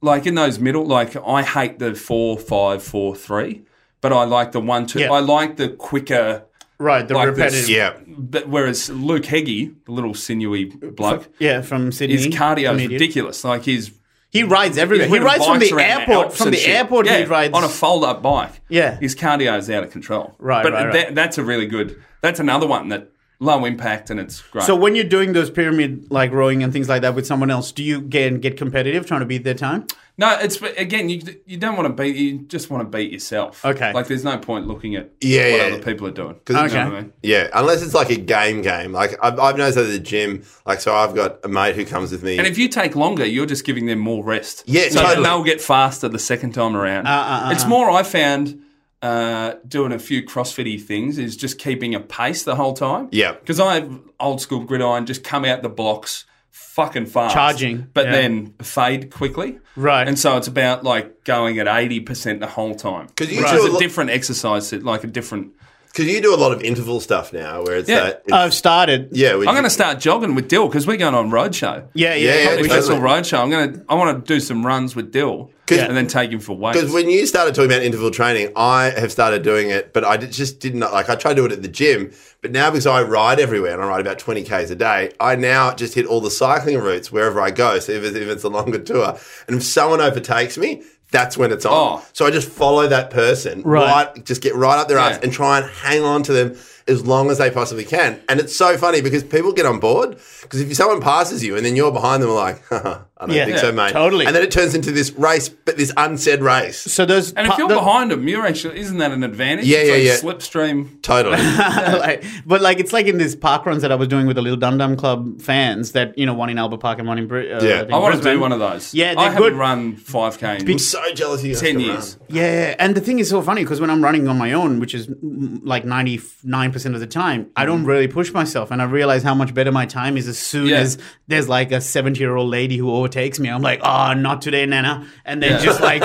Like in those middle, like I hate the four five four three, but I like the one two. Yeah. I like the quicker. Right, the Like this. repetitive. yeah. But whereas Luke Heggie, the little sinewy bloke, Yeah, from Sydney. his cardio is comedian. ridiculous. Like he's He rides everywhere. He winning rides from bikes the around airport. Alps From and the shit. airport, yeah, he rides on a fold-up bike. Yeah. his cardio is out of control. Right, but right, right. That, that's a really good. That's another one that low impact and it's great. So when you're doing those pyramid like rowing and things like that with someone else, do you again get competitive trying to beat their time? no, it's again you you don't want to beat you just want to beat yourself. Okay. like there's no point looking at Yeah, what yeah. other people are doing. it's- You know what Okay. I mean? Yeah, unless it's like a game game. Like I've, I've noticed that at the gym. Like so, I've got a mate who comes with me. And if you take longer, you're just giving them more rest. Yeah, so totally. Uh, then they'll get faster the second time around. it's more I found uh, doing a few CrossFitty things is just keeping a pace the whole time. Yeah. because I have old school gridiron, just come out the blocks fucking fast, Charging, but yeah. then fade quickly. Right. and so it's about like going at eighty percent the whole time. 'Cause you Which do is a a lot- different exercise, that- like a different. Because you do a lot of interval stuff now, where it's Yeah. Uh, that. It's, I've started. yeah, we I'm going to start jogging with Dill because we're going on roadshow. Yeah, Yeah, yeah. yeah, probably totally. Probably should. Castle Roadshow. I'm gonna. I want to do some runs with Dill, 'Cause- and then take him for weights. Because when you started talking about interval training, I have started doing it, but I did- just did not like. I tried to do it at the gym, but now because I ride everywhere and I ride about twenty k's a day, I now just hit all the cycling routes wherever I go. So if it's, if it's a longer tour, and if someone overtakes me, that's when it's on. Oh. So I just follow that person, Right. right? Just get right up their ass Yeah. and try and hang on to them as long as they possibly can. And it's so funny because people get on board because if someone passes you and then you're behind them, like, I don't Yeah. think so, Yeah, mate. totally. And then it turns into this race, but this unsaid race. So those And if pa- you're the- behind him, you're actually isn't that an advantage? Yeah, It's yeah, yeah. like Slipstream. Totally. like, but like it's like in this park runs that I was doing with the Little Dum Dum Club fans that you know one in Albert Park and one in Bri- uh, Yeah. think I want to do Brisbane. one of those. Yeah, I they're haven't good. run five k I'm so jealous of you. guys ten can years. run. Yeah, and the thing is so funny because when I'm running on my own, which is mm, like 99% of the time, Mm-hmm. I don't really push myself. And I realize how much better my time is as soon Yeah. as there's like a 70 year old lady who overtakes me. I'm like, oh, not today, Nana. And then Yeah. just like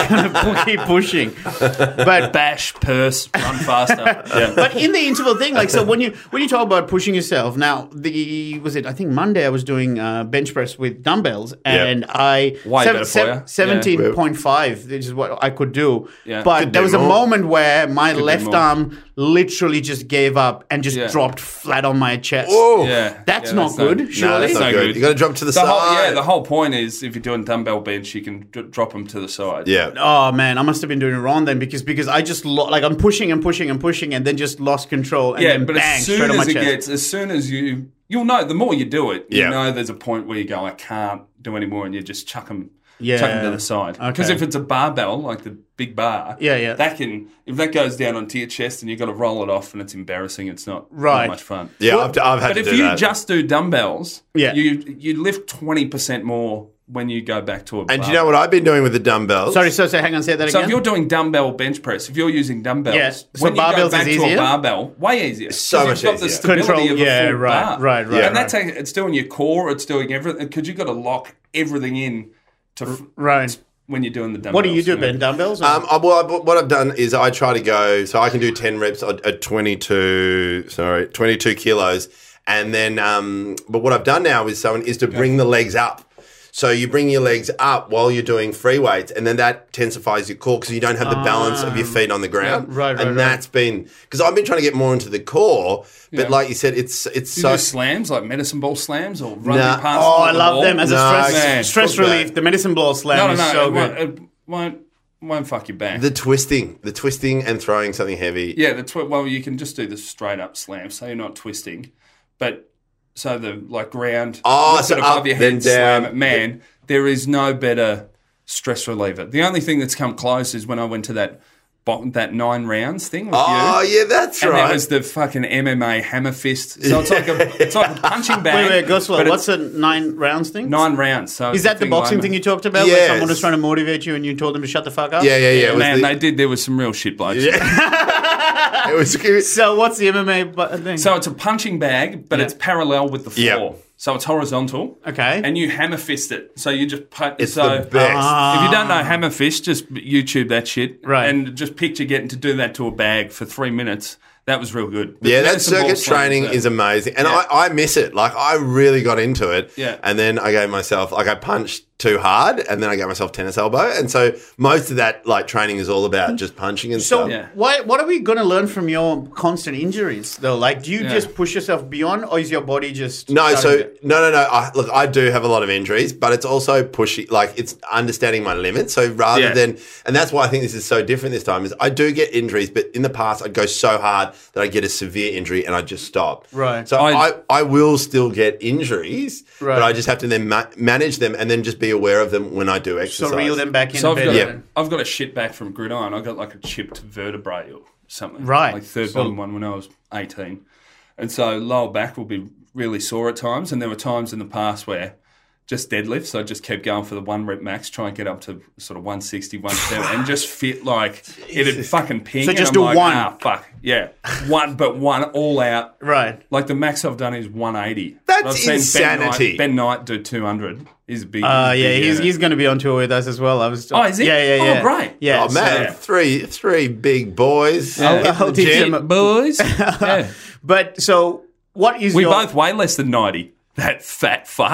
keep pushing. But bash, purse, run faster. yeah. but in the interval thing, like so when you when you talk about pushing yourself, now the was it I think Monday I was doing uh, bench press with dumbbells and I Way better for you. Yeah. seventeen point five, which is what I could do. Yeah. But Could there do was a more. moment where my do left more. arm literally just gave up and just Yeah. dropped flat on my chest. Oh, Yeah. That's Yeah, not good, No, surely. that's not No good. good. You got to drop to the, The side. whole, yeah, the whole point is if you're doing dumbbell bench, you can d- drop them to the side. yeah. Oh man, I must have been doing it wrong then because because I just lo- like I'm pushing and pushing and pushing and then just lost control and yeah. then But bang as straight soon on my as it chest. gets, as soon as you, you'll know. The more you do it, you Yeah. know there's a point where you go, I can't do anymore, and you just chuck them, Yeah. to the side. Because Okay. if it's a barbell, like the big bar, Yeah, yeah. that can if that goes down onto your chest and you've got to roll it off, and it's embarrassing. It's not not Right. much fun. Yeah, I've, I've had But to if do you that. just do dumbbells, Yeah. you you lift twenty percent more when you go back to a. and do you know what I've been doing with the dumbbells? Sorry, so so hang on, say that So again. if you're doing dumbbell bench press, if you're using dumbbells, Yeah, so when you barbells go back is to easier? a barbell, way easier. So 'Cause much you've got the easier. stability Control- of a yeah, full right, bar. right, right, And that's it's doing your core, it's doing everything because you've got to lock everything in to f- Right. when you're doing the dumbbells. What do you do, know? Ben? Dumbbells? or- Um, I, well, I, what I've done is I try to go, so I can do 10 reps at at 22, sorry, 22 kilos. And then, um, but what I've done now is someone is to bring the legs up. So you bring your legs up while you're doing free weights, and then that tensifies your core because you don't have the balance of your feet on Ah. the ground. Yeah, right, right, and right. that's been because I've been trying to get more into the core, but Yeah. like you said, it's it's Do you so do slams like medicine ball slams or rugby Nah. passes? oh, on I the love wall? them as a No, stress man, stress fuck that. relief. The medicine ball slam No, no, is no. so it, good. won't, it won't won't fuck your back. the twisting, the twisting and throwing something heavy. Yeah, the twi- well, you can just do the straight up slam, so you're not twisting, but so the like ground, Oh, lift so it above up, your then head, slam down. it. Man, there is no better stress reliever. The only thing that's come close is when I went to that bo- that nine rounds thing with Oh you. yeah, that's And right. that was the fucking MMA hammer fist. So it's like a it's like a punching bag. Wait, wait, go slow. but What's it's the nine rounds thing? nine rounds? So Is that the boxing thing you talked about? Where Yes. someone was trying to motivate you and you told them to shut the fuck up? yeah, yeah, yeah. It was, Man, the- they did. There was some real shit blokes. it was So what's the MMA bu- thing? So it's a punching bag, but it's parallel with the Yeah. floor. So it's horizontal. Okay. And you hammer fist it. So you just put. It's so the best. If you don't know hammer fist, just YouTube that shit. Right. And just picture getting to do that to a bag for three minutes. That was real good. Yeah, The that medicine ball circuit slam training the- is amazing, and Yeah. I, I miss it. Like I really got into it, Yeah. And then I gave myself like I punched too hard, and then I gave myself tennis elbow, and so most of that like training is all Mm. about just punching and So stuff. Yeah. why, what are we going to learn from your constant injuries, though? Like, do you Yeah. just push yourself beyond or is your body just... No, so starting to- no, no, no. I, look, I do have a lot of injuries, but it's also pushing. Like it's understanding my limits. So rather Yeah. than, and that's why I think this is so different this time. Is I do get injuries, but in the past I'd go so hard that I get a severe injury and I just stop. Right. So I, I- I, will still get injuries, Right. but I just have to then ma- manage them and then just be aware of them when I do So exercise. reel them back in So a I've bit. got, Yeah. I've got a shit back from gridiron. I got like a chipped vertebrae or something. Right. Like third So- bottom one when I was 18. And so lower back will be really sore at times. And there were times in the past where just deadlifts, I just kept going for the one rep max, try and get up to sort of 160, 170, and just fit like it'd fucking ping. So and just I'm do like, one. Ah, fuck. Yeah. One, but one all out. Right. Like the max I've done is 180. That's I've seen Ben insanity. Knight- Ben Knight, do 200. He's a big. Uh, a yeah, big he's, unit. he's going to be on tour with us as well. I was. Oh, is he? Yeah, yeah, Oh, yeah. great. Yeah. Oh man, Yeah. three three big boys. Yeah. Hit the I'll teach gym. him uh, a- boys. Yeah. so- but so what is We your? both weigh less than 90. That fat fuck.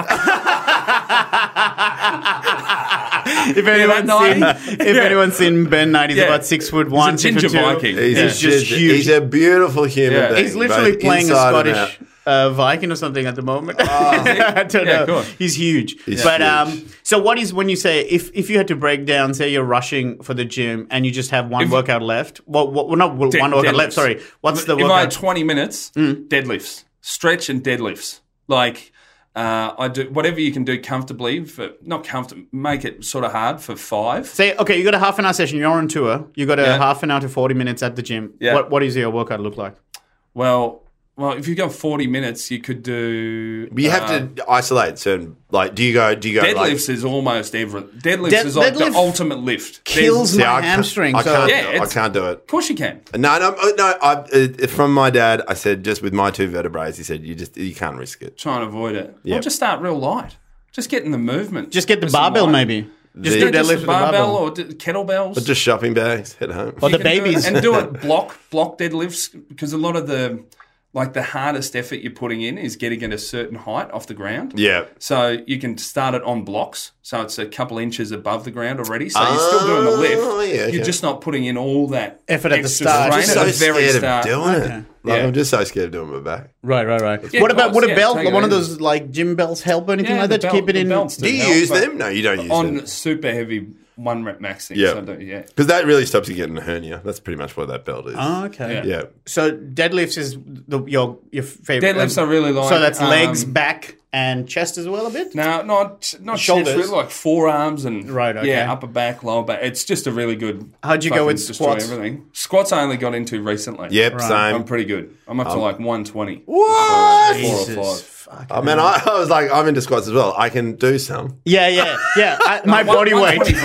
if anyone's that seen, ninety? if anyone's seen Ben Knight, he's Yeah. about six foot one, six foot ginger two. Viking. He's, He's a, just ginger. huge. He's a beautiful human Yeah. being. He's He's literally both playing a inside and out. Ah. Scottish uh, Viking or something at the moment. I don't Yeah, know. cool. He's huge. He's but huge. um, so what is when you say if if you had to break down, say you're rushing for the gym and you just have one If- workout left. Well, well not one Dead- workout left. deadlifts. Sorry, what's the if I had workout? Mm. 20 minutes, deadlifts, stretch and deadlifts. Like, Uh, I do whatever you can do comfortably for not comfortable. Make it sort of hard for five. Say, okay, you got a half an hour session. You're on tour. You got a Yeah. half an hour to 40 minutes at the gym. Yeah. What, what does your workout look like? Well, well, if you go forty minutes, you could do. But you have uh, to isolate certain. Like, do you go? Do you go? like, Deadlifts is almost every deadlifts Dead- is like deadlift the ultimate lift. There's- Kills See, my I can't- hamstring. I so can't, Yeah, do it. I it's- can't do it. Of course you can. No, no, oh, no. I, uh, from my dad, I said just with my two vertebrae, he said you just you can't risk it. Try and avoid it. Yeah. Or just start real light. Just get in the movement. just get the With some barbell, light. maybe. The- Just do Yeah, deadlift just with a the barbell barbell. or d- kettlebells. But just shopping bags, head home. Or the You can do it. babies. and do it block block deadlifts because a lot of the like the hardest effort you're putting in is getting at a certain height off the ground. yeah. So you can start it on blocks. So it's a couple inches above the ground already. So you're still doing the lift. Oh, yeah, okay. You're just not putting in all that Effort at the extra start. strain I'm Just at so the very scared start. of doing it. Like, Yeah. I'm just so scared of doing my back. Right, right, right. Yeah, what of about course, would a yeah, belt? take it one of easy. those like gym belts help or anything Yeah, like the that to belt- keep it the in? belts Do you help, use but them? No, you don't use on them. super heavy one rep maxing. Yeah. So I don't- yeah. Because that really stops you getting a hernia. That's pretty much what that belt is. Oh, okay. Yeah. yeah. So deadlifts is the, your your favorite. um, Deadlifts I really like. So that's legs, um, back, and chest as well a bit. No, not not Shoulders. shoulders, really like forearms and Right, okay. yeah, upper back, lower back. It's just a really good. How'd you go fucking with destroy squats? Everything squats I only got into recently. Yep, I'm same. Um, pretty good. I'm up to like 120. What? Four or Jesus, five. fuck. Um, I mean, I, I was like, I'm into squats as well. I can do some. Yeah, yeah, yeah. I, my One- body weight. 120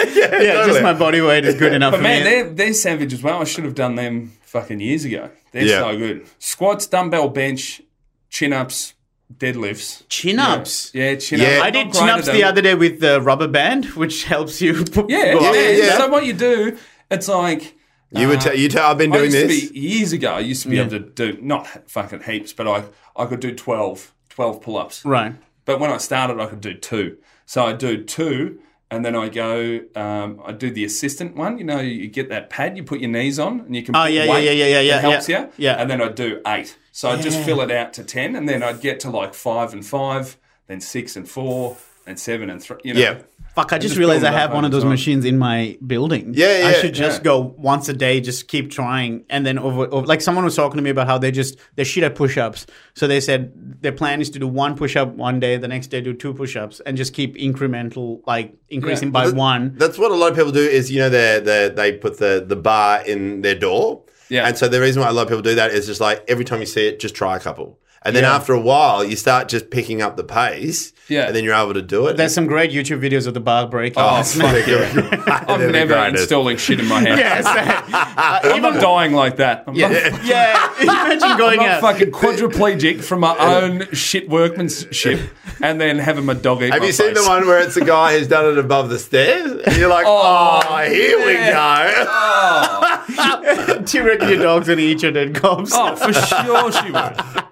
for sure. yeah, just my body weight is good enough But for man, me. they're, they're savage as well. I should have done them fucking years ago. They're Yeah. so good. Squats, dumbbell bench, chin ups, deadlifts. Chin ups. Yeah, chin Yeah. ups. I did chin ups the other day with the rubber band, which helps you. put- Yeah, go yeah, up. yeah, yeah. So what you do, it's like You would uh, tell you tell I've been I doing used this. to be years ago. I used to be able to do not fucking heaps, but I I could do 12, 12 pull-ups. Right. But when I started, I could do two. So I do two, and then I go. Um, I do the assistant one. You know, you get that pad, you put your knees on, and you can. Oh, put yeah, yeah, weight yeah, yeah, yeah, yeah, that helps yeah. you. Yeah. And then I do eight. So I just fill it out to ten, and then I'd get to like five and five, then six and four, and seven and three. You know. Yeah. Fuck, I just, just realized I build it up have one over of those time. machines in my building. Yeah, I yeah, should just yeah. go once a day, just keep trying. And then over, over like someone was talking to me about how they just they shit at push ups. So they said their plan is to do one push up one day, the next day do two push ups and just keep incremental like increasing Yeah. by one. That's what a lot of people do is you know they they they put the the bar in their door. Yeah. And so the reason why a lot of people do that is just like every time you see it, just try a couple. And then Yeah. after a while, you start just picking up the pace. Yeah. And then you're able to do it. There's some great YouTube videos of the bar break. Oh, They're fuck good. They're I'm the never greatest. installing shit in my house. yes. Uh, I'm not dying like that. I'm not, yeah. yeah. Imagine I'm going not out. fucking quadriplegic from my own shit workmanship and then having my dog eat Have my you seen face. the one where it's a guy who's done it above the stairs? And you're like, oh, Oh, here we go. Do you reckon your dog's gonna eat your dead corpse? Oh, for sure she would.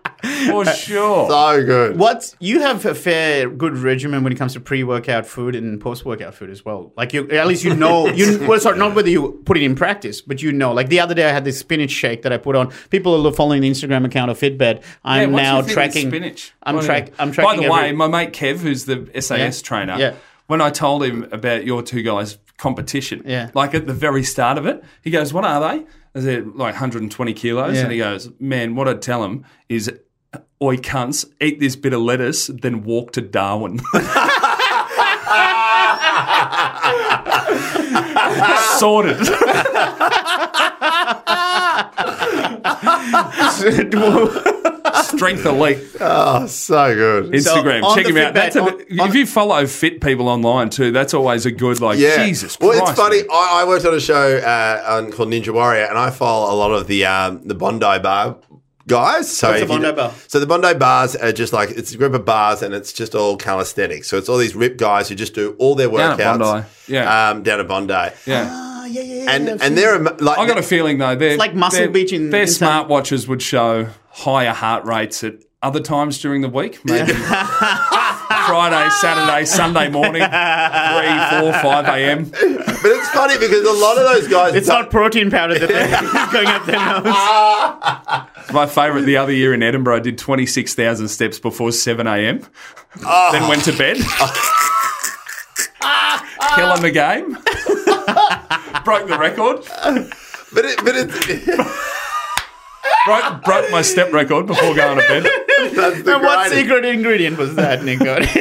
For sure. So good. What you have a fair good regimen when it comes to pre-workout food and post-workout food as well. Like you, at least you know you. Well, sorry, not whether you put it in practice, but you know. Like the other day, I had this spinach shake that I put on. People are following the Instagram account of Fitbed. I'm Yeah, what's now your thing with tracking spinach. I'm What- track. I'm tracking. By the way, every- my mate Kev, who's the SAS Yeah. trainer, Yeah. when I told him about your two guys' competition, Yeah. like at the very start of it, he goes, "What are they?" I said, "Like 120 kilos," Yeah. and he goes, "Man, what I'd tell him is." Oi cunts, eat this bit of lettuce, then walk to Darwin. Sorted. Strength elite. Oh, so good. Instagram. So, on Check the him out. Fitbit- That's a, on- on- if you follow fit people online too, that's always a good like. Yeah. Jesus Well, Christ. it's funny. man. I, I worked on a show uh, on, called Ninja Warrior, and I follow a lot of the um, the Bondi Bar guys. So What's the if you Bondi kn- Bar? So the Bondi Bars are just like it's a group of bars, and it's just all calisthenics. So it's all these rip guys who just do all their Down workouts at Bondi. Yeah. um, down at Bondi. yeah. Ah, yeah, yeah, yeah, And yeah, I've seen and they're that. am- like I got a feeling though. They're, like Muscle they're- Beach in- their in town. smartwatches would show higher heart rates at other times during the week. Maybe Friday, Saturday, Sunday morning, three, four, five a.m. but it's funny because a lot of those guys it's don't- not protein powder that they're going up their nose. My favourite the other year in Edinburgh, I did twenty six thousand steps before seven a.m. Ah. Then went to bed. Killing the game. Broke the record. But it, but it, broke, broke my step record before going to bed. That's the And what grinding. secret ingredient was that, Nico?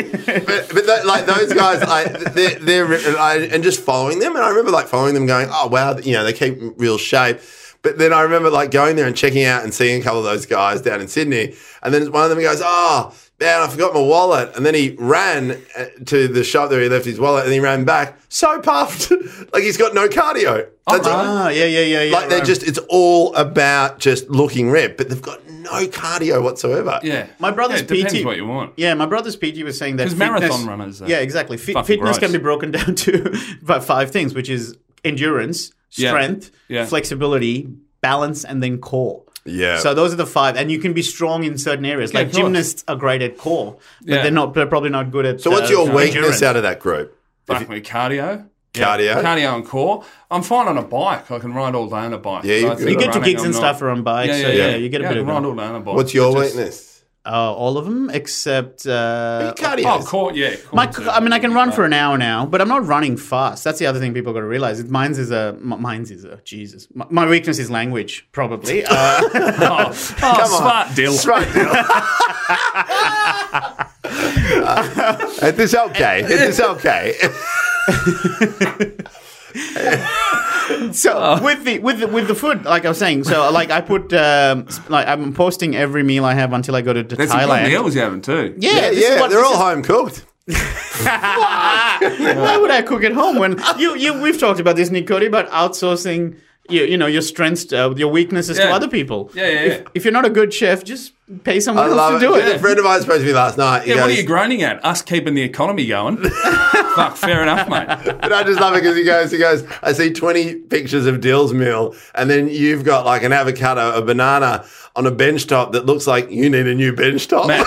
But, but that, like those guys, like they're, they're and, I, and just following them. And I remember like following them, going, "Oh wow, you know they keep in real shape." But then I remember like going there and checking out and seeing a couple of those guys down in Sydney. And then one of them goes, "Oh man, I forgot my wallet." And then he ran uh, to the shop where he left his wallet, and he ran back so puffed, like he's got no cardio. That's all- ah, yeah, yeah, yeah, yeah. Like they're right. just, it's all about just looking ripped, but they've got no cardio whatsoever. Yeah. My brother's yeah, it depends PT what you want. Yeah, my brother's PG was saying that 'Cause fitness- marathon runners are Yeah, exactly. Fi- fucking fitness gross. can be broken down to about five things, which is endurance, Yeah. strength, Yeah. flexibility, balance, and then core. Yeah. So those are the five, and you can be strong in certain areas. of like course. gymnasts are great at core, but Yeah. they're not. They're probably not good at. uh, So what's your weakness endurance. out of that group? Fuck me, cardio. Cardio? Cardio and core. I'm fine on a bike. I can ride all day on a bike. Yeah, you- I think You You get to running, gigs I'm and not- stuff around bikes. Yeah, so yeah, yeah. You get a Yeah, I bit of can ride uh, all day on a bike. What's your Just- weakness? all of them except. Uh, Cardio. Oh, core, yeah. Core My, too. I mean, I can run for an hour now, but I'm not running fast. That's the other thing people got to realize. It, mine's is a m- mine's is a Jesus. My, my weakness is language, probably. Uh, Oh, oh smart deal. Right it Uh, is okay. It is okay. so with the with the, with the food, like I was saying, so like I put um, s- like I'm posting every meal I have until I go to, to That's some good Thailand. meals you having too. Yeah, yeah, this is what- they're this all is- home cooked. Why would I cook at home when you you we've talked about this, Nikodi, about outsourcing. You, you know your strengths, uh, your weaknesses to Yeah. other people. Yeah, yeah, If, yeah. if you're not a good chef, just pay someone I else love to do it. A it. friend of mine spoke to me last night. He Yeah, what are goes- you groaning at? Us keeping the economy going. Fuck, fair enough, mate. but I just love it because he goes, he goes, I see 20 pictures of Dill's meal, and then you've got like an avocado, a banana on a bench top that looks like you need a new bench top. Man,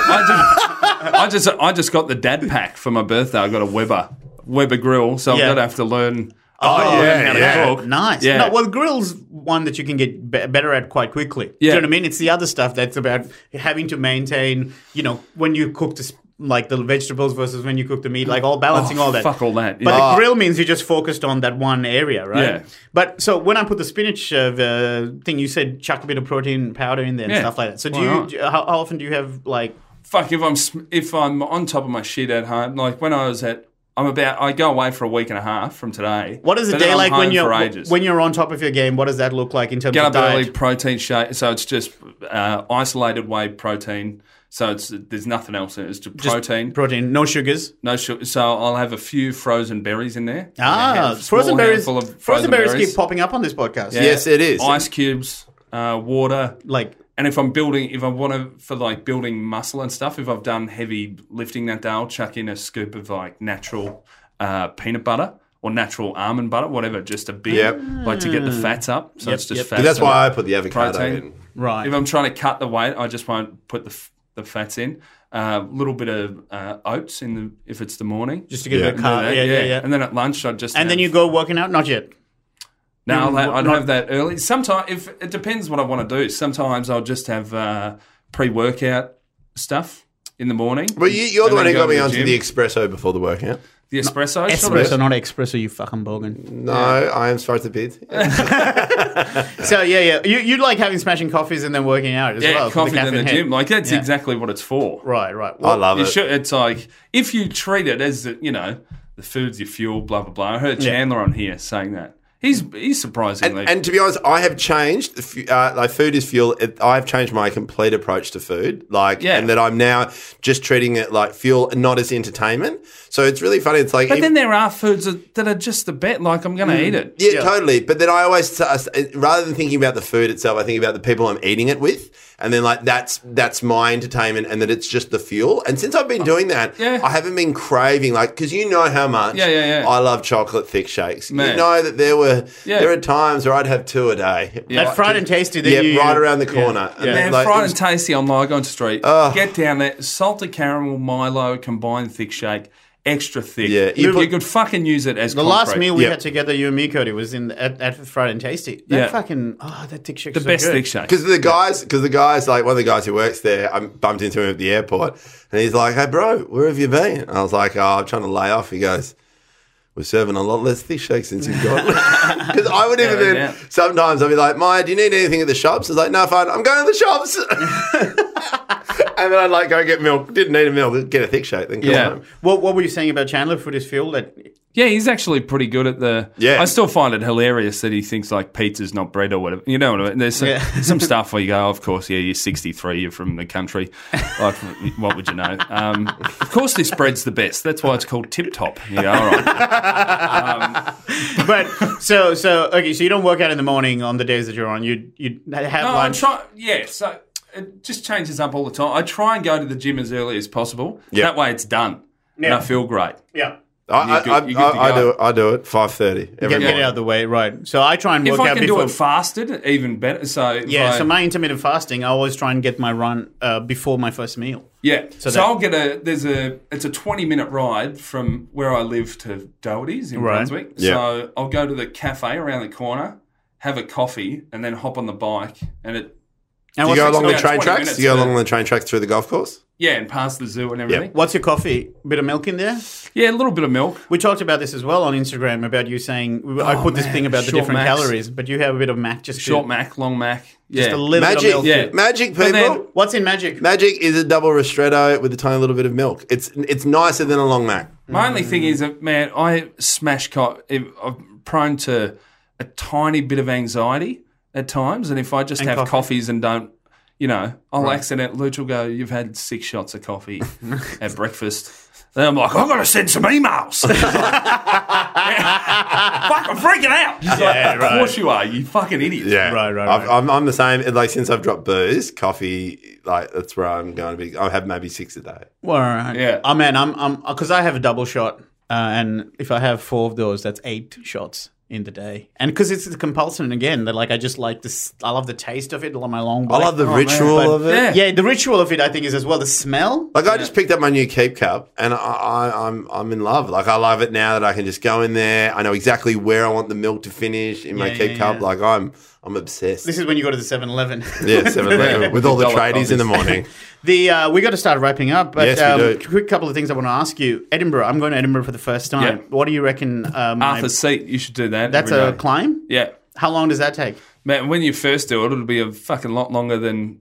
I just, I just, I just got the dad pack for my birthday. I got a Weber, Weber grill, so Yeah. I'm gonna have to learn. Oh, I've gotta learn yeah, how to yeah. cook. Nice. Yeah. No, well, grill's one that you can get be- better at quite quickly. Do you Yeah. know what I mean? It's the other stuff that's about having to maintain, you know, when you cook this. Like the vegetables versus when you cook the meat, like all balancing Oh, all that. fuck all that, But yeah. the grill means you just focused on that one area, right? Yeah. But so when I put the spinach uh, the thing, you said chuck a bit of protein powder in there and Yeah. stuff like that. So do Why you, not? do, how, how often do you have like? fuck if I'm sm- if I'm on top of my shit at home. Like when I was at, I'm about. I go away for a week and a half from today. What is a But then day I'm like home when for you're ages. when you're on top of your game? What does that look like in terms get of up diet? early, protein shake. So it's just uh, isolated whey protein. So it's there's nothing else. in it. It's just Just protein. protein, no sugars. No sugar. So I'll have a few frozen berries in there. A Ah, hand- small frozen berries. handful of Frozen, berries, keep popping up on this podcast. Yeah. Yes, it is. Ice cubes, uh, water. Like, And if I'm building, if I want to, for like building muscle and stuff, if I've done heavy lifting that day, I'll chuck in a scoop of like natural uh, peanut butter or natural almond butter, whatever, just a bit, Yep. like to get the fats up. So Mm. Yep, it's just yep. fats. But that's and why I put the avocado protein. in. right. If I'm trying to cut the weight, I just won't put the, f- the fats in. A little bit of uh, oats in the if it's the morning. just to get Yeah. a bit of carb. Do that, Yeah, yeah, yeah. And, And then at lunch, I just have- then you go working out? Not yet. No, I'll ha- I'd not- have that early. Sometimes, if it depends what I want to do. Sometimes I'll just have uh, pre-workout stuff in the morning. But you, you're And the one then who go got to me onto gym. the espresso before the workout. the espresso. sort of. Espresso, not espresso, you fucking bogan. No, I am sorry to bid. So, yeah, yeah. You, you like having smashing coffees and then working out as Yeah, well. for coffee in the caffeine hit. gym. Like that's Yeah. exactly what it's for. Right, right. I Well, love You it. should, it's like if you treat it as you know, the food's your fuel. Blah blah blah. I heard Chandler on here saying that. He's he's surprisingly And to be honest, I have changed. the fu- Uh, like food is fuel. It, I've changed my complete approach to food. Like, Yeah. and that I'm now just treating it like fuel, and not as entertainment. So it's really funny. It's like, But if- then there are foods that, that are just the bet. Like I'm going to eat it. yeah, Yeah. totally. But then I always, uh, rather than thinking about the food itself, I think about the people I'm eating it with, and then like that's that's my entertainment, and that it's just the fuel. And since I've been doing that, Oh, Yeah. I haven't been craving like because you know how much Yeah, yeah, yeah. I love chocolate thick shakes. You Man. know that there were Yeah. there are times where I'd have two a day. that fried and tasty that Yeah, you. right around the corner. And Yeah. then, Man, like, fried it was- and tasty on Lygon Street. Get down there. Salted caramel Milo combined thick shake, extra thick. Yeah, you you, put- you could fucking use it as The last meal we Yeah. had together, you and me, Cody, was in at, at Fried and Tasty. That Yeah. fucking. Oh, that thick shake. the so best good. thick shake. Because the guys, because the guys, like one of the guys who works there, I bumped into him at the airport, and he's like, "Hey, bro, where have you been?" And I was like, "Oh, I'm trying to lay off." He goes, we're serving a lot less thick shakes since you've got. Because I would even Yeah, then yeah. sometimes I'd be like, Maya, do you need anything at the shops? It's like, no, fine, I'm going to the shops. and then I'd like go get milk. Didn't need a milk. Get a thick shake. Then come Yeah. home. What What were you saying about Chandler Food is Fuel? That Yeah, he's actually pretty good at the. Yeah. I still find it hilarious that he thinks like pizza's not bread or whatever. You know what I mean? There's some, Yeah. some stuff where you go, oh, of course, yeah, you're 63, you're from the country. Like, what would you know? Um, of course, this bread's the best. That's why it's called Tip Top. You go, all right. but so so okay. So you don't work out in the morning on the days that you're on. You you have No, Oh, I lunch. try. Yeah, so it just changes up all the time. I try and go to the gym as early as possible. Yeah. That way it's done. And Yeah. I feel great. yeah. I, You're good- I, you're good I, to I, go. do it. I do it. Five thirty every Get, get it out of morning. the way, right? So I try and if work I out can do before. it fasted, even better. So if yeah, I- so my intermittent fasting, I always try and get my run uh, before my first meal. Yeah. So, that- I'll get a there's a it's a twenty minute ride from where I live to Doherty's in Right. Brunswick. Yeah. So I'll go to the cafe around the corner, have a coffee, and then hop on the bike and it Do you And what's, go your- along the about train 20 tracks? minutes Do you go for along that. the train tracks through the golf course? yeah, and past the zoo and everything. what's your coffee? Bit of milk in there? Yeah, a little bit of milk. We talked about this as well on Instagram about you saying I put this Oh, man, thing about the short different Macs. calories, but you have a bit of Mac just to- Short Mac, long Mac. Yeah. just a little bit Magic, of milk. Yeah. magic people. But then- What's in magic? Magic is a double ristretto with a tiny little bit of milk. It's it's nicer than a long mac. My only Mm. thing is that man, I smash co I'm prone to a tiny bit of anxiety at times, and if I just have coffee. coffees and don't, you know, I'll accident. Luch will go, "You've had six shots of coffee at breakfast." Then I'm like, I've got to send some emails. He's like, Fuck, I'm freaking out. He's like, Yeah, of right. course you are, you fucking idiot. Yeah, Right, right, I've, right. I'm, I'm the same. And, Like since I've dropped booze, coffee, like that's where I'm going to be. I'll have maybe six a day. Well, all right. Yeah. I mean, I'm I'm because I have a double shot, uh, and if I have four of those, that's eight shots in the day. And because it's a compulsion again, that like I just like this. I love the taste of it. I love my long. I Black. love the ritual But- of it. Yeah. Yeah, the ritual of it, I think, is as well the smell. Like I just picked up my new keep cup, and I, I, I'm I'm in love. Like I love it now that I can just go in there. I know exactly where I want the milk to finish in my Yeah, keep yeah, cup. yeah. Like I'm I'm obsessed. This is when you go to the 7-Eleven. yeah, seven eleven with all the Dollar tradies in the coffees. morning. The uh, we got to start wrapping up, but Yes, we um, do. quick couple of things I want to ask you. Edinburgh, I'm going to Edinburgh for the first time. Yeah. What do you reckon? Um, Arthur's seat, you should do that. that's every a day. climb. yeah. How long does that take? Man, when you first do it, it'll be a fucking lot longer than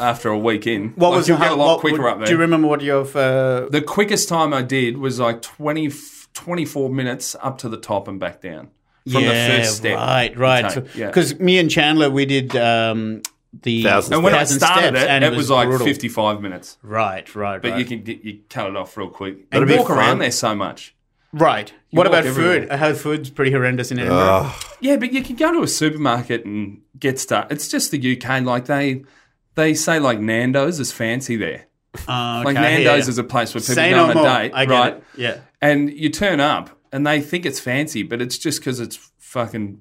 after a week in. What Like, was you'll how- get a lot what- quicker up there. Do you remember what your uh, the quickest time I did was like 20, 24 minutes up to the top and back down from the first step. Right, you right. take. yeah. Because me and Chandler, we did um, the Thousand and when I thousand started steps, it, and it was, like brutal. fifty-five minutes, Right, right, but right. you can get, you cut it off real quick. That'd And be walk fun. around there so much. right. What walk about everywhere. food? I heard food's pretty horrendous in Edinburgh. Ugh. Yeah, but you can go to a supermarket and get stuff. It's just the UK. Like they they say like Nando's is fancy there. Uh, Like okay, Nando's yeah. is a place where people Say go no on a more. date, I get right? it. Yeah. and you turn up and they think it's fancy, but it's just because it's fucking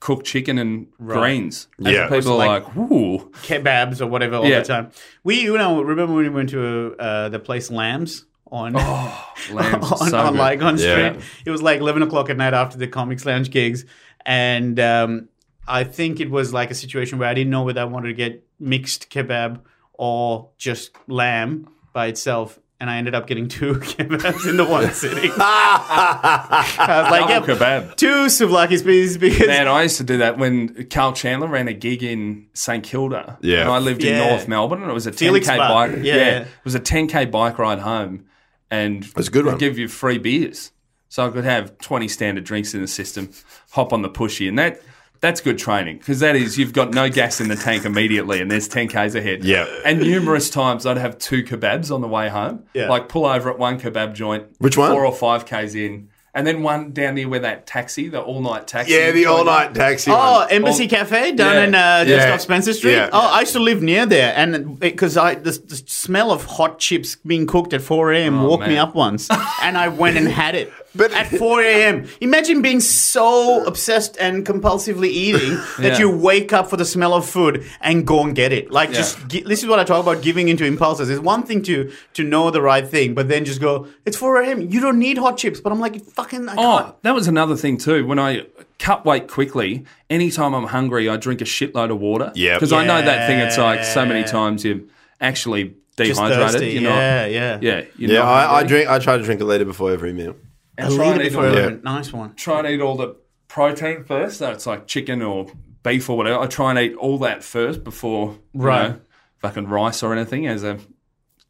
cooked chicken and greens. And Yeah. people are Like- like, "Ooh, kebabs or whatever all Yeah. the time. We, you know, remember when we went to uh, the place Lambs on Oh, lambs are on, so on good." Yeah. Lygon Street? It was like eleven o'clock at night after the Comics Lounge gigs, and um, I think it was like a situation where I didn't know whether I wanted to get mixed kebab or just lamb by itself. And I ended up getting two kebabs in the one sitting. I was like, Double yep, kebab." two souvlaki please, because Man, I used to do that when Carl Chandler ran a gig in St Kilda. Yeah. and I lived Yeah. in North Melbourne, and it was a ten Felix k Park. bike. Yeah. it was a ten k bike ride home, and That's a good they'd one. Give you free beers, so I could have twenty standard drinks in the system. Hop on the pushy, and that. That's good training because that is you've got no gas in the tank immediately, and there's ten k's ahead. Yeah. and numerous times I'd have two kebabs on the way home. Yeah. like pull over at one kebab joint. Which one? Four or five k's in, and then one down near where that taxi, the all night taxi. Yeah, the all night taxi. Oh, one. Embassy Oh, Cafe down yeah. in uh, just Yeah. off Spencer Street. Yeah. Oh, I used to live near there, and because I the, the smell of hot chips being cooked at 4 a.m. woke me Oh, man. up once, and I went and had it. But- at 4 a.m., imagine being so obsessed and compulsively eating that Yeah. you wake up for the smell of food and go and get it. Like, Yeah. just gi- this is what I talk about giving into impulses. It's one thing to to know the right thing, but then just go. It's 4 a.m. You don't need hot chips, but I'm like, fucking, I can't. Oh, that was another thing too. When I cut weight quickly, anytime I'm hungry, I drink a shitload of water. Yep. Because I know that thing. It's like so many Yeah. times you're actually Just dehydrated. thirsty. You're yeah, not, yeah, yeah. You're yeah. not I, I hungry. drink. I try to drink a liter before every meal. A and try liter and eat all before the, Yeah. eleven. Nice one. try and eat all the protein first. So it's like chicken or beef or whatever. I try and eat all that first before you Right. know, fucking rice or anything as I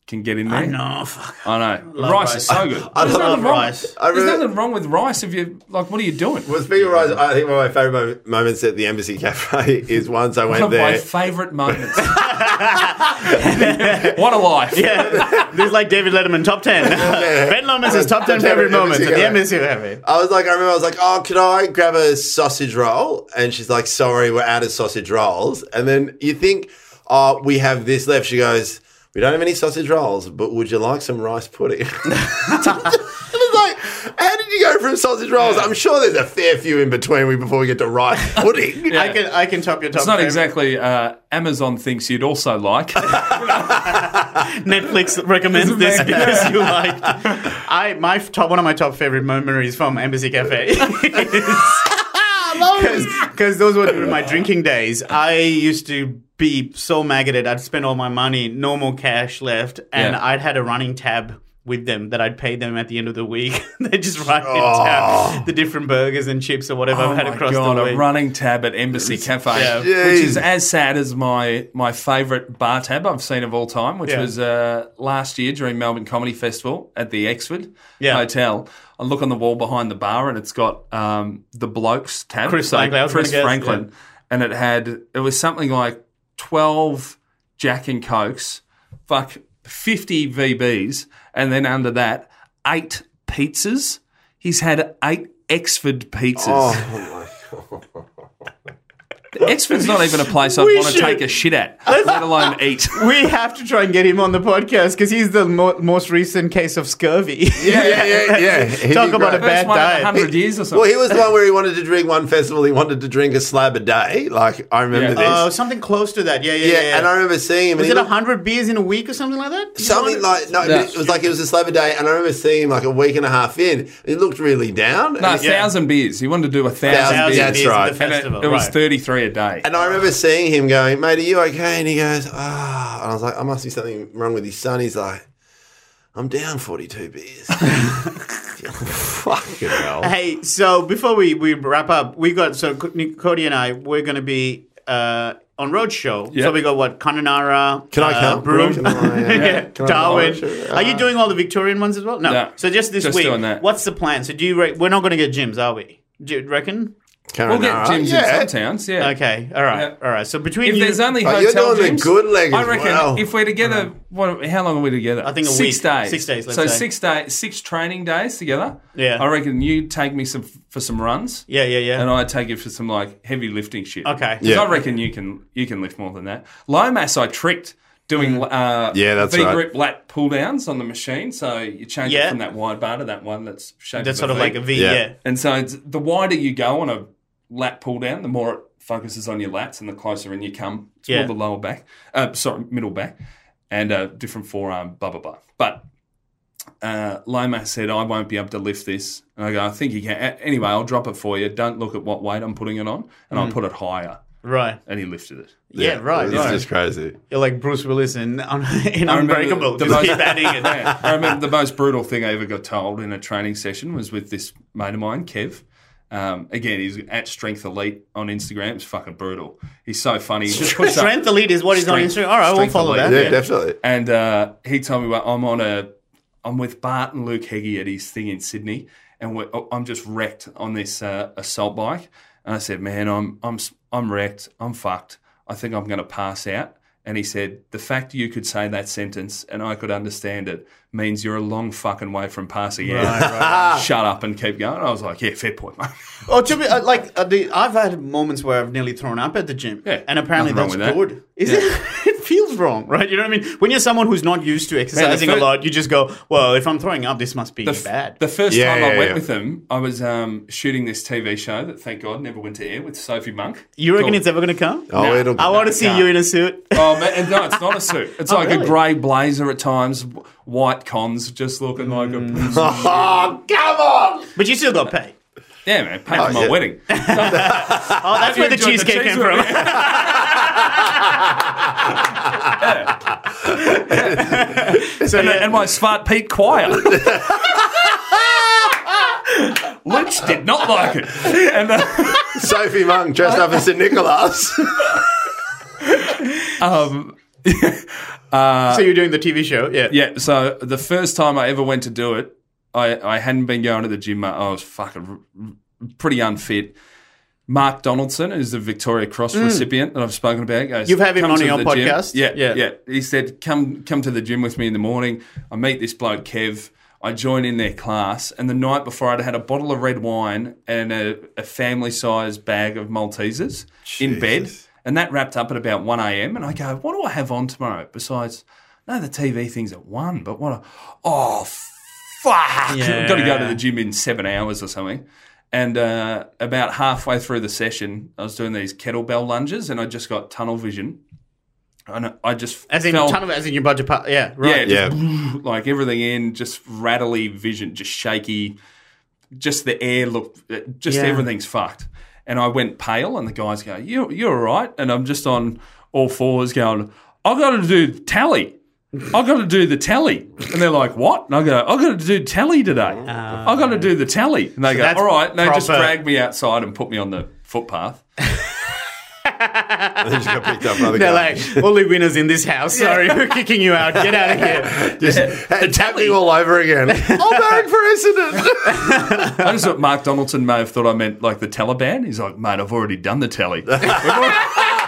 can get in there. I know. Fuck. I know. Love rice, rice. is so good. I There's love nothing wrong- rice. I There's really- nothing wrong with rice if you like. What are you doing? Well, speaking of rice, I think one of my favourite mo- moments at the Embassy Cafe is once I One went of my there. favourite moments. what a life! Yeah, this is like David Letterman top ten. ben Lomas is top ten for Top every 10 every moment at single the day. embassy of heaven. I was like, I remember I was like, oh, could I grab a sausage roll? And she's like, sorry, we're out of sausage rolls. And then you think, oh, we have this left. She goes, we don't have any sausage rolls, but would you like some rice pudding? it was like, how did you go from sausage rolls? I'm sure there's a fair few in between we before we get to rice pudding. I can I can top your top. It's not ten. exactly uh, Amazon thinks you'd also like. Netflix recommends Isn't this that- because you liked. I my f- top one of my top favorite memories from Embassy Cafe. Because those were during my drinking days. I used to be so maggoted. I'd spend all my money, no more cash left, and Yeah. I'd had a running tab with them that I'd pay them at the end of the week. they just write Oh. tab the different burgers and chips or whatever Oh I've had my across god, the a week. running tab at Embassy Cafe, Yeah. which is Jeez. as sad as my my favourite bar tab I've seen of all time, which Yeah. was uh, last year during Melbourne Comedy Festival at the Exford Yeah. Hotel. I look on the wall behind the bar, and it's got um, the blokes tab, Chris Franklin, I was Chris gonna guess, Franklin, and it had it was something like twelve Jack and Cokes, fuck fifty VBs, and then under that eight pizzas. He's had eight Exford pizzas. Oh, Exford's not even a place I'd We want to should- take a shit at, let alone eat. We have to try and get him on the podcast because he's the mo- most recent case of scurvy. yeah, yeah, yeah, yeah. He'd Talk be about great. a bad First one diet. in hundred years or something. Well, he was the one where he wanted to drink one festival. He wanted to drink a slab a day. Like I remember this. Yeah. Oh, something close to that. Yeah, yeah, yeah, yeah. yeah. and I remember seeing him. and was he it looked- hundred beers in a week or something like that? You Something know what? like no, it was like it was a slab a day, and I remember seeing him like a week and a half in. He looked really down. no, a and, he- yeah. thousand beers. He wanted to do a Thousand thousand, Thousand beers. that's beers at right. the And it- festival. it, was right. thirty-three a day. and I remember seeing him going, "Mate, are you okay?" And he goes, "Ah," and I was like, "I must be something wrong with his son." He's like, "I'm down 42 beers." Fucking hell. Hey, so before we, we wrap up, we got so C- Cody and I we're going to be uh, on roadshow. Yeah. So we got what Kananara. Can I uh, come? Broome, Can I, uh, yeah, can I Darwin. borrow it? Are you doing all the Victorian ones as well? No. No, So just this just week, doing that. what's the plan? So do you? Re- we're not going to get gyms, are we? Do you reckon? we'll get Karanara? gyms Yeah. in some towns. Yeah. Okay. All right. Yeah. All right. So between If you, there's only Oh, you're hotel doing gyms, the good leg I as reckon well. if we're together, what, how long are we together? I Uh-huh. think a six week. days. Six days, let's so say. six day, six training days together. Yeah. I reckon you take me some for some runs. yeah, yeah, yeah. and I take it for some like heavy lifting shit. Okay. 'Cause Yeah. I reckon you can you can lift more than that. Low mass, I tricked doing Mm. uh, Yeah, that's V right. grip lat pull downs on the machine. So you change Yeah. it from that wide bar to that one that's shaped. That's sort of like a V. Yeah. yeah. And so it's, the wider you go on a lat pull down, the more it focuses on your lats, and the closer in you come to Yeah. the lower back. Uh, sorry, middle back, and uh, different forearm. Blah blah blah. But uh, Loma said, I won't be able to lift this. And I go, I think you can. A- Anyway, I'll drop it for you. Don't look at what weight I'm putting it on. And I'll put it higher. Right. And he lifted it. Yeah, right. This is right. just crazy. You're like Bruce Willis in, un- in I remember Unbreakable. the Just most- keep adding it. Yeah. I remember the most brutal thing I ever got told in a training session was with this mate of mine, Kev. Um, again, he's at Strength Elite on Instagram. It's fucking brutal. He's so funny. He just puts up- Strength Elite is what is on Instagram. Strength- All right, we'll Strength follow Elite. that. Yeah, Yeah. definitely. And uh, he told me, well, I'm on a, I'm with Bart and Luke Heggie at his thing in Sydney, and we're, oh, I'm just wrecked on this uh, assault bike. And I said, man, I'm, I'm, s- I'm wrecked. I'm fucked. I think I'm going to pass out. And he said, the fact you could say that sentence and I could understand it means you're a long fucking way from passing out. Shut up and keep going. I was like, yeah, fair point, mate. Oh, to be uh, like uh, the, I've had moments where I've nearly thrown up at the gym, Yeah, and apparently nothing wrong that's with that. good. Is it? It feels wrong, right? You know what I mean? When you're someone who's not used to exercising fir- a lot, you just go, "Well, if I'm throwing up, this must be f- bad." The first Yeah, time I yeah, went yeah. with him, I was um, shooting this TV show that, thank God, never went to air with Sophie Monk. you reckon Called- it's ever going to come? Oh, Nah. it'll. I want to see can't. you in a suit. Oh man, and no, it's not a suit. It's like really? a grey blazer at times, w- white cons, just looking like Mm. a Oh, come on! but you still got paid. yeah man. Paid for my yeah. wedding. Oh, that's where the cheesecake came from. and, and my smart Pete choir. Lynch did not like it. And uh, Sophie Monk dressed up as St. Nicholas. um, so you're doing the TV show, yeah. yeah, so the first time I ever went to do it, I, I hadn't been going to the gym. I was fucking r- r- pretty unfit. Mark Donaldson, who's the Victoria Cross recipient that I've spoken about, goes, Mm. You've had him "Come on to your the gym." podcast? Yeah, Yeah. yeah, yeah. He said, "Come, come to the gym with me in the morning." I meet this bloke Kev. I join in their class, and the night before, I'd had a bottle of red wine and a, a family-sized bag of Maltesers in bed, and that wrapped up at about one a.m. And I go, "What do I have on tomorrow?" Besides, no, the TV thing's at one, but what? A, oh, fuck! Yeah. Got to go to the gym in seven hours or something. And uh, about halfway through the session, I was doing these kettlebell lunges, and I just got tunnel vision, and I just As in fell, ton of as in your budget part, yeah, yeah, right. just like everything in, just rattly vision, just shaky, just the air look, uh, just Yeah. everything's fucked. And I went pale, and the guys go, "You, you're all right," and I'm just on all fours going, "I got to do tally." I got to do the tally, and they're like, "What?" And I go, "I got to do tally today. I got to do the tally." And they go, Uh. that's "All right." And they just proper- dragged me outside and put me on the footpath. and then she got picked up by the They're guy. like, only winners in this house. Sorry, we're kicking you out. Get out of here. Just it's happening all over again. I'm going for Essendon. I just thought Mark Donaldson may have thought I meant like the Taliban. He's like, mate, I've already done the tally. We've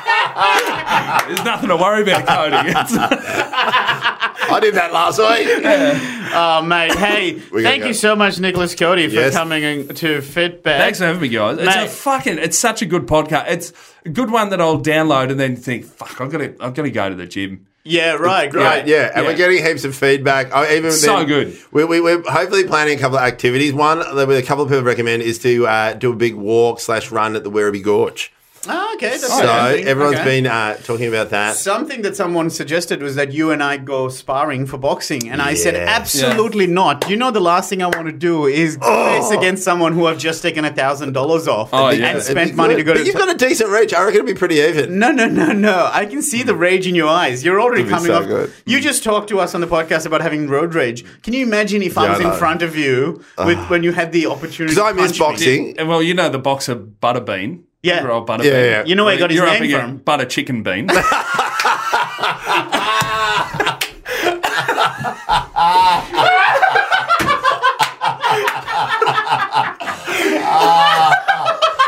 al- There's nothing to worry about, Cody. It's- I did that last week. Oh, mate. Hey, We gotta thank go. you so much, Nicholas Cody, for Yes. coming in to Fitback. Thanks for having me, guys. It's a Mate. fucking, it's such a good podcast. It's a good one that I'll download and then think, fuck, I've got to, I've got to go to the gym. Yeah, Right, right, great. yeah, and Yeah. we're getting heaps of feedback. I even So then- good. We, we, we're hopefully planning a couple of activities. One that a couple of people recommend is to uh, do a big walk slash run at the Werribee Gorge. Oh, okay. That's So interesting. everyone's Okay. been uh, talking about that. Something that someone suggested was that you and I go sparring for boxing, and I said Yeah. Oh! absolutely not. You know, the last thing I want to do is race against someone who I've just taken a thousand dollars off Oh, and yeah. and It'd It'd be spent money good. to go but to. you've got a decent reach. I reckon it'd be pretty even. no, no, no, no! I can see the rage in your eyes. You're already It'd Mm-hmm. be coming so off. good. You just talked to us on the podcast about having road rage. Can you imagine if Yeah, I I was in know. front of you with, when you had the opportunity? Because I to miss punch me? boxing. And well, you know the boxer Butterbean. Yeah. Remember old Butterbean? Yeah, yeah. You know where he got his You're name up from? against Butter Chicken Bean.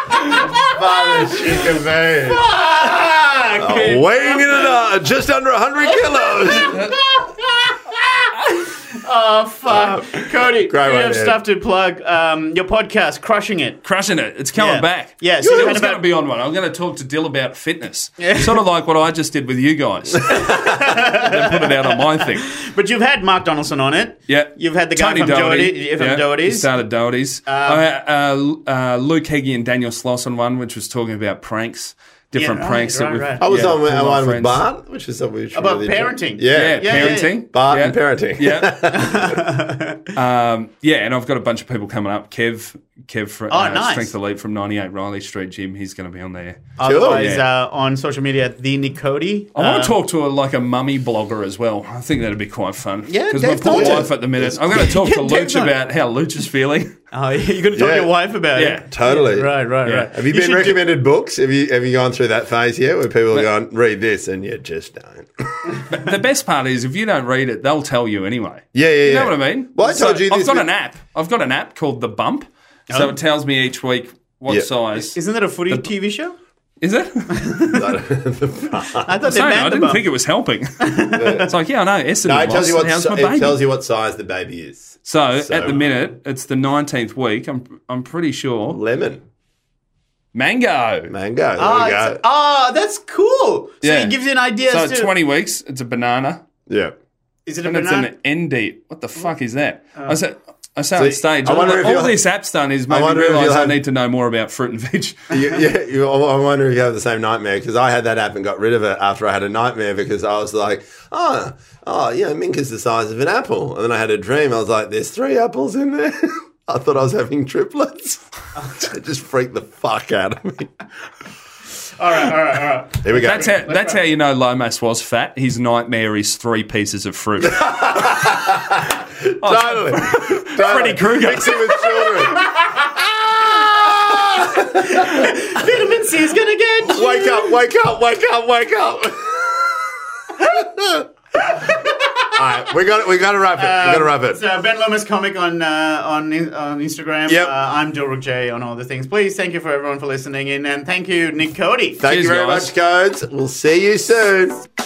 But chicken man. Ah, okay. Weighing in at uh, just under 100 kilos. Oh fuck, Cody! Great you one, have man. stuff to plug. Um, your podcast, crushing it. crushing it. It's coming Yeah. back. Yeah, so so you Dill's had about- going to be on one. I'm going to talk to Dill about fitness. Sort of like what I just did with you guys. then put it out on my thing. But you've had Mark Donaldson on it. Yeah, You've had the guy Tony from Doherty. Doherty, from Yeah, Doherty's. Um, He started Doherty's. I, uh, uh, Luke Heggie and Daniel Sloss on one, which was talking about pranks, different Yeah, right, pranks. right, that we've, Oh, right. I was yeah, on pulled on one with friends. Bart, which is something we should About really do. parenting. Yeah, Yeah. Yeah, yeah, parenting. Bart yeah. and parenting. Yeah. um, yeah, and I've got a bunch of people coming up. Kev, Kev from Oh, nice. Strength Elite from 98 Riley Street Gym. He's going to be on there. Otherwise, Sure. uh, on social media at the Nick Cody. I Um, want Uh, to talk to a, like a mummy blogger as well. I think that'd be quite fun. Yeah, because my Dave poor Thornton. wife at the minute. I'm going to talk Yeah, to Dave Luch Thornton. about how Luch is feeling. Oh, you're going to talk Yeah. to your wife about Yeah. it. Totally. Right, right, Yeah. right. Have you, been should do- recommended books? Have you have you gone through that phase yet, where people are going read this and you just don't? the best part is if you don't read it, they'll tell you anyway. Yeah, yeah, You yeah. know what I mean? Well, I So told you this I've got bit- Oh. an app. I've got an app called the Bump, so it tells me each week what Yeah. size is, Isn't that a footy TV show? it. I thought they Saying, I meant didn't about. think it was helping. it's like yeah, I know. Essendon no, it tells you lost, what how's si- my it baby? tells you what size the baby is. so, so- at the minute, it's the nineteenth week. I'm I'm pretty sure Lemon, mango. mango. There Ah, we it's- go. ah, that's cool. So Yeah. it gives you an idea. So as it's to, twenty weeks. It's a banana. yeah. Is it a and it's banana? an ND. What the fuck is that? Oh. I said. I say on So, stage. I all wonder if all you'll- this app's done is made me wonder if realise you'll I have- need to know more about fruit and veg. You, yeah, you, I wonder if you have the same nightmare because I had that app and got rid of it after I had a nightmare because I was like, oh, oh, yeah, Minka's the size of an apple. And then I had a dream. I was like, there's three apples in there. I thought I was having triplets. it just freaked the fuck out of me. all right, all right, all right. Here we go. That's how, that's how you know Lomas was fat. His nightmare is three pieces of fruit. Totally. totally. Freddy Krueger. Mixing with children. Vitamin C is gonna get you. Wake up, wake up, wake up, wake up. All right, we got we got to wrap it. we got to wrap it. So Ben Lomas comic on uh, on in- on Instagram. Yep. Uh, I'm Dilruk J on all the things. Please thank you for everyone for listening in, and thank you Nick Cody. Thank Cheers, you very guys. much, codes. We'll see you soon.